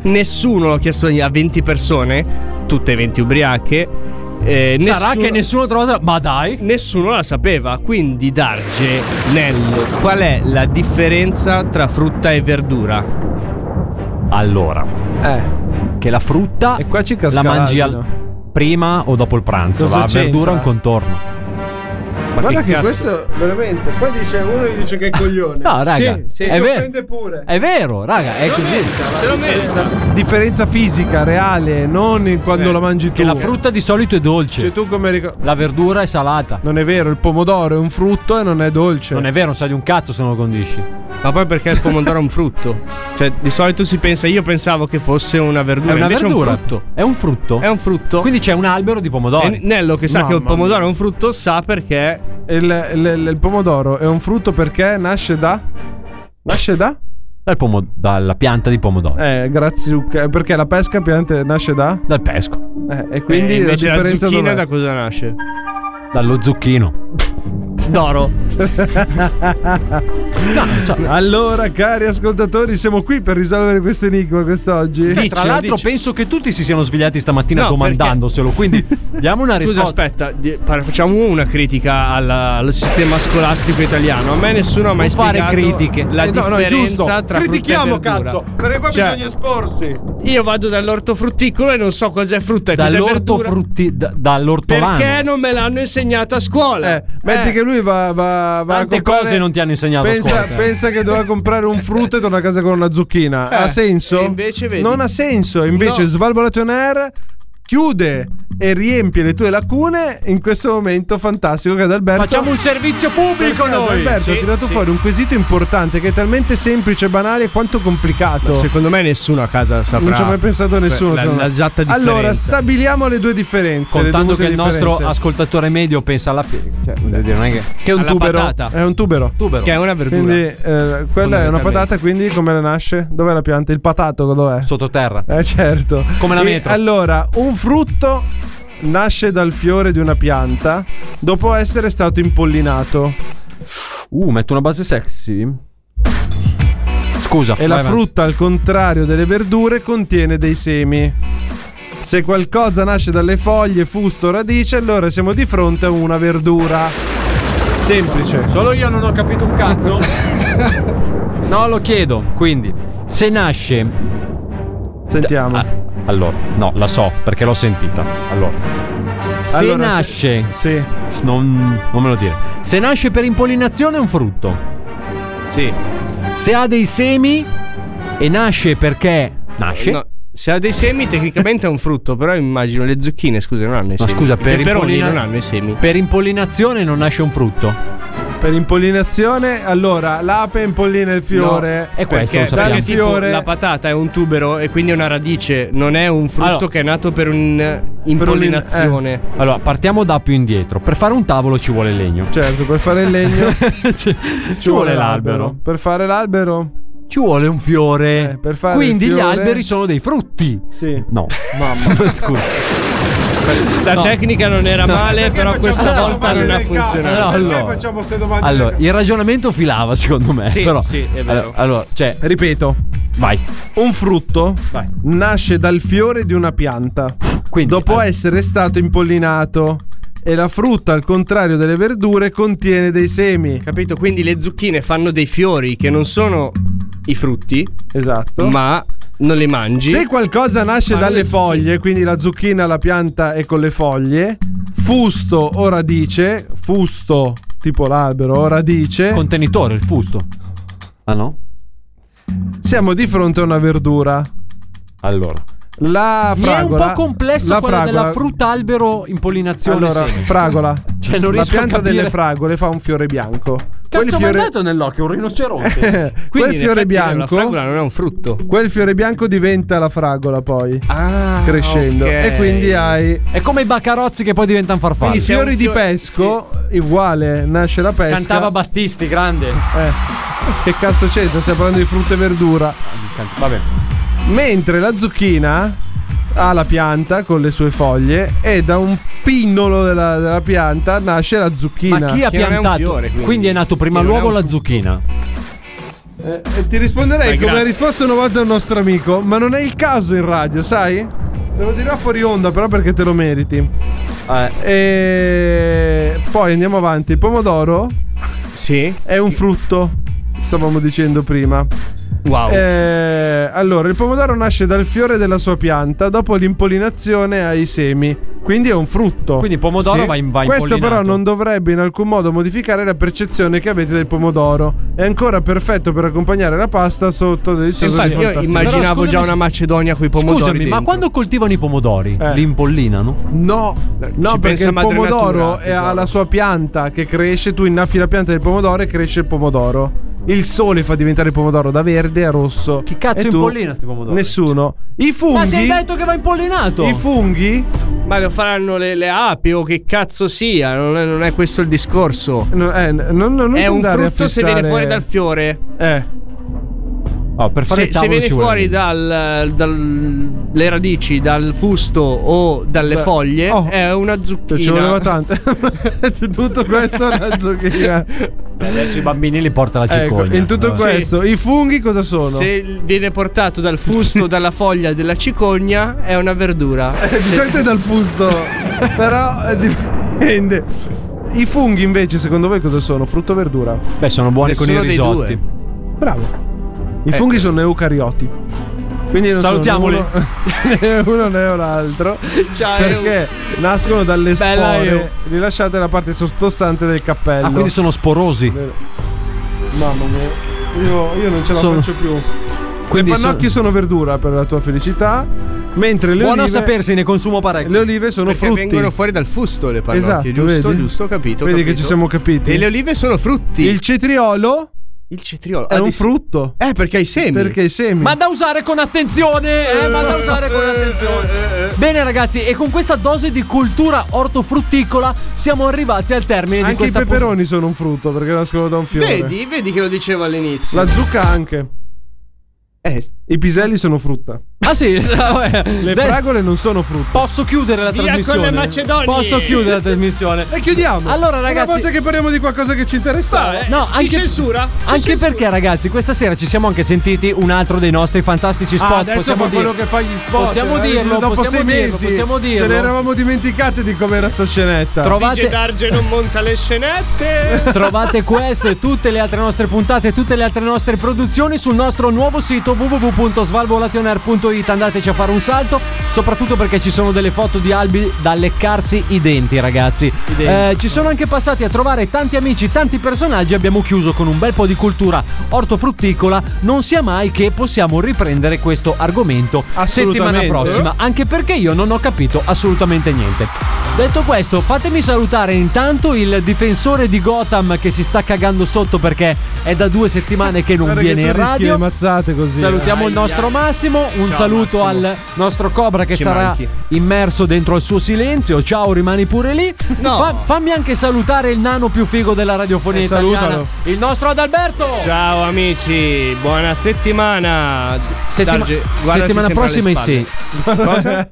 Nessuno l'ho chiesto a 20 persone, tutte 20 ubriache. eh, Sarà che nessuno trova. Ma dai! Nessuno la sapeva. Quindi, Darge, Nello, qual è la differenza tra frutta e verdura? Allora, Eh, che la frutta la mangi al- prima o dopo il pranzo, Cosa la c'entra? verdura è un contorno. Ma Guarda che, questo veramente. Poi dice uno gli dice che è coglione. No, raga, Sì, sì, è si vero. offende pure. È vero, raga, è così. Differenza fisica, reale, non in quando la mangi tu. Che la frutta di solito è dolce. Cioè, tu come ricordi? La verdura è salata. Non è vero, il pomodoro è un frutto e non è dolce. Non è vero, non sai di un cazzo se non lo condisci. Ma poi perché (laughs) il pomodoro è un frutto? Cioè, di solito si pensa, io pensavo che fosse una verdura, È una invece verdura. è un frutto. È un frutto? È un frutto. Quindi c'è un albero di pomodori. E Nello che sa che il Mamma pomodoro è un frutto sa perché Il, il- il- il pomodoro è un frutto perché nasce da. Nasce da? Dal pomo- dalla pianta di pomodoro. Eh, grazie. zucca- Perché la pesca piante nasce da? Dal pesco. Eh, e quindi eh, la invece la differenza zucchina dov'è? da cosa nasce? Eh, Dallo zucchino. D'oro. Allora, cari ascoltatori, siamo qui per risolvere questo enigma quest'oggi. Eh, tra l'altro, penso che tutti si siano svegliati stamattina No, domandandoselo. (laughs) Quindi diamo una Scusa, risposta. aspetta, di- par- facciamo una critica alla- al sistema scolastico italiano. A me nessuno ha mai Non fare spiegato critiche. la Eh, no, no, è giusto. differenza tra Critichiamo, frutta e verdura. cazzo, perché qua Cioè, bisogna esporsi. Io vado dall'ortofrutticolo e non so cos'è frutta e cos'è verdura. Dall'ortofrutti, da- dall'ortolano. Perché non me l'hanno insegnato a scuola? Eh, metti Eh. che lui va, va, va a Tante comprare- cose non ti hanno insegnato a Pensa, scuola. pensa che doveva comprare un frutto e torna a casa con una zucchina. Eh, ha senso? e invece vedi. Non ha senso. Invece, No. Svalvolato on Air chiude e riempie le tue lacune in questo momento fantastico che ad Alberto. Facciamo un servizio pubblico Perché ad noi. Alberto ha tirato fuori un quesito importante che è talmente semplice e banale quanto complicato. Secondo me nessuno a casa saprà. non ci ha mai pensato nessuno. La, secondo me. la esatta differenza. allora, stabiliamo le due differenze. le Contando dovute che il nostro differenze. ascoltatore medio pensa alla piega. Cioè, voglio dire, non è che. Che è un Alla tubero. patata. È un tubero. Tubero. Che è una verdura. Quindi eh, quella è una Fondamentalmente. patata, quindi come la nasce? Dov'è la pianta? Il patato dov'è? Sottoterra. Eh certo. Come la E metro. allora, un frutto nasce dal fiore di una pianta dopo essere stato impollinato Uh, metto una base sexy. Scusa. e la frutta al contrario delle verdure contiene dei semi. Se qualcosa nasce dalle foglie, fusto o radice, allora siamo di fronte a una verdura. Semplice. Solo io non ho capito un cazzo. no, lo chiedo. Quindi, se nasce. Sentiamo. Ah, allora, no, la so perché l'ho sentita. Allora, se Allora, se- nasce. Sì. Non, non me lo dire. Se nasce per impollinazione è un frutto. Sì. Se ha dei semi e nasce perché nasce. No, se ha dei semi, tecnicamente è un frutto, però immagino le zucchine, scusa, non hanno i Ma semi. scusa, per I peperoni impollina- non hanno i semi. Per impollinazione non nasce un frutto. Per impollinazione, allora l'ape impollina il fiore. No, è questo, Perché lo sappiamo. dal tipo, fiore la patata è un tubero e quindi è una radice, non è un frutto Allora. che è nato per eh, un'impollinazione. eh. Allora, partiamo da più indietro. Per fare un tavolo ci vuole legno. Certo, per fare il legno (laughs) ci, ci vuole l'albero. Per fare l'albero? Ci vuole un fiore. Eh, per fare Quindi il gli fiore- alberi sono dei frutti. Sì. No. (laughs) Mamma. Scusa. La No. tecnica non era male, però questa volta non ha funzionato. No, allora. queste domande? Allora, il ragionamento filava secondo me. Sì, però. sì, è vero. Allora, allora, cioè, Ripeto, vai. un frutto Vai. nasce dal fiore di una pianta. Quindi, eh. dopo allora, essere stato impollinato. E la frutta, al contrario delle verdure, contiene dei semi. Capito? Quindi le zucchine fanno dei fiori che non sono i frutti, Esatto. ma non li mangi. Se qualcosa nasce Ma dalle le zucchine. foglie, quindi la zucchina, la pianta è con le foglie, fusto o radice, fusto tipo l'albero o radice, contenitore, il fusto. Ah no? siamo di fronte a una verdura. Allora. La Mi è un fragola. po' complesso la quella fragola. della frutta albero impollinazione. Allora, semi. fragola. Cioè, la non riesco a pianta capire. delle fragole fa un fiore bianco. Cazzo fiore- mi ha dato nell'occhio (laughs) un rinoceronte? quel fiore La bianco. fragola non è un frutto. Quel fiore bianco diventa la fragola poi. Ah, crescendo. ok. E quindi eh, hai. È come i baccarozzi che poi diventano farfalle. Quindi fiori di pesco, uguale, nasce la pesca. Cantava Battisti, grande. Che cazzo c'entra? Stiamo parlando di frutta e verdura. Vabbè. Mentre la zucchina ha la pianta con le sue foglie e da un pinnolo della, della pianta nasce la zucchina. Ma chi ha piantato? quindi. è nato prima l'uovo o la zucchina? Eh, eh, ti risponderei Dai, come grazie. ha risposto una volta un nostro amico, ma non è il caso in radio, sai? Te lo dirò fuori onda, però perché te lo meriti. E poi andiamo avanti. Il pomodoro? Sì. È un frutto, stavamo dicendo prima. Wow. Eh, allora, il pomodoro nasce dal fiore della sua pianta, dopo l'impollinazione ai semi. Quindi è un frutto. Quindi il pomodoro va in- va Questo però impollinato. non dovrebbe in alcun modo modificare la percezione che avete del pomodoro. È ancora perfetto per accompagnare la pasta sotto delizioso Infatti, di io fantasia. immaginavo già una Macedonia con i pomodori. Scusami, ma dentro. quando coltivano i pomodori? Eh. Li impollinano? No, no Ci perché pensa il madre pomodoro natura, esatto. è ha la sua pianta che cresce, tu innaffi la pianta del pomodoro e cresce il pomodoro. Il sole fa diventare il pomodoro da verde a rosso. Chi cazzo impollina sti pomodori? Nessuno. I funghi. Ma si è detto che va impollinato! I funghi? Ma lo faranno le, le api o che cazzo sia, non è, non è questo il discorso. No, eh, n- non- non è ti un andare a frutto se viene fissare- fuori dal fiore. Eh. Oh, per fare Se, il se tavolo viene ci vuole fuori la- dalle radici, dal fusto o dalle Beh, foglie, oh, è una zucchina. Ci voleva tanto. (laughs) Tutto questo è una zucchina. Beh, Adesso i bambini li porta la Ecco, cicogna. in tutto Vabbè. questo, i funghi cosa sono? Se viene portato dal (laughs) fusto, dalla foglia della cicogna, è una verdura. Eh, Di solito è dal (laughs) fusto, però eh, dipende. I funghi invece, secondo voi cosa sono? Frutto o verdura? Beh, sono buoni con Nessuno i dei risotti. due. Bravo. I funghi sono eucarioti. Quindi non Ecco. Salutiamoli. sono uno, (laughs) né uno né l'altro. Ciao, perché nascono dalle oh. Bella spore Eu. rilasciate nella parte sottostante del cappello. Ah, quindi sono sporosi. Mamma mia. Io, io non ce la Sono- faccio più. Le Quindi pannocchie sono... verdura per la tua felicità. Mentre le Buono a olive. sapersi, ne consumo parecchio. Le olive sono Perché frutti. vengono fuori dal fusto le pannocchie, Esatto, giusto? vedi? Giusto, capito. Vedi capito. che ci siamo capiti. E le olive sono frutti. Il cetriolo Il cetriolo. è Ah, un di- frutto. Eh, perché hai i semi. Perché i semi. Ma da usare con attenzione, eh, ma da usare con attenzione. Bene ragazzi, e con questa dose di cultura ortofrutticola siamo arrivati al termine di Anche i questa puntata. peperoni sono un frutto perché nascono da un fiore. Vedi, vedi che lo dicevo all'inizio. La zucca anche. Eh, I piselli sono frutta. Ah sì, (laughs) vabbè. Le Beh, fragole non sono frutta. Posso chiudere la Via con le trasmissione? Macedonie! Posso chiudere la trasmissione? E chiudiamo. Allora Una volta ragazzi, che parliamo di qualcosa che ci interessava. no, anche censura? Si Anche censura. perché ragazzi, questa sera ci siamo anche sentiti un altro dei nostri fantastici spot, Ah, adesso possiamo fa quello dire. che fa gli spot. Possiamo eh, dirlo, Dopo possiamo sei dirlo, mesi possiamo Ce ne dirlo. eravamo dimenticate di com'era sta scenetta. Trovate Darge non monta le scenette. (laughs) Trovate questo e tutte le altre nostre puntate e tutte le altre nostre produzioni sul nostro nuovo sito www.svalvolationer.it. Andateci a fare un salto, soprattutto perché ci sono delle foto di albi da leccarsi i denti, ragazzi. Eh, ci sono anche passati a trovare tanti amici, tanti personaggi. Abbiamo chiuso con un bel po' di cultura ortofrutticola. Non sia mai che possiamo riprendere questo argomento settimana Assolutamente. prossima, anche perché io non ho capito assolutamente niente. Detto questo, fatemi salutare intanto il difensore di Gotham che si sta cagando sotto perché è da due settimane che non Guarda viene che tu in rischi radio. le mazzate così. Salutiamo il Aia. nostro Massimo, un Ciao, saluto Massimo. al nostro Cobra che Ci sarà manchi. immerso dentro il suo silenzio. Ciao, rimani pure lì. No. fammi anche salutare il nano più figo della radiofonia Eh, italiana, salutalo. il nostro Adalberto. Ciao amici, buona settimana. Settima- Darge, guardati sempre settimana alle prossima spalle. sì. Cosa?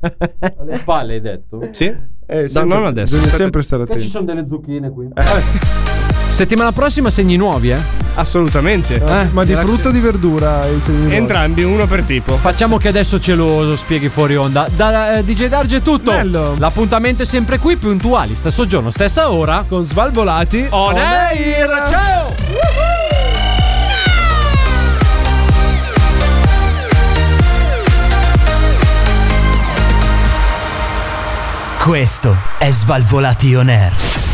Alle spalle hai detto? Sì? (laughs) Eh, No, sempre- non adesso. Bisogna aspetta. sempre stare attenti. sono delle zucchine qui. Settimana prossima segni nuovi, eh? Assolutamente. Eh, ma di frutta o di verdura? eh, i segni Entrambi, uno per tipo. Facciamo che adesso ce lo spieghi fuori onda. Da eh, DJ Darge è tutto. Bello. L'appuntamento è sempre qui, puntuali, stesso giorno, stessa ora. Con svalvolati. On air! Ciao! Questo è Svalvolation Air.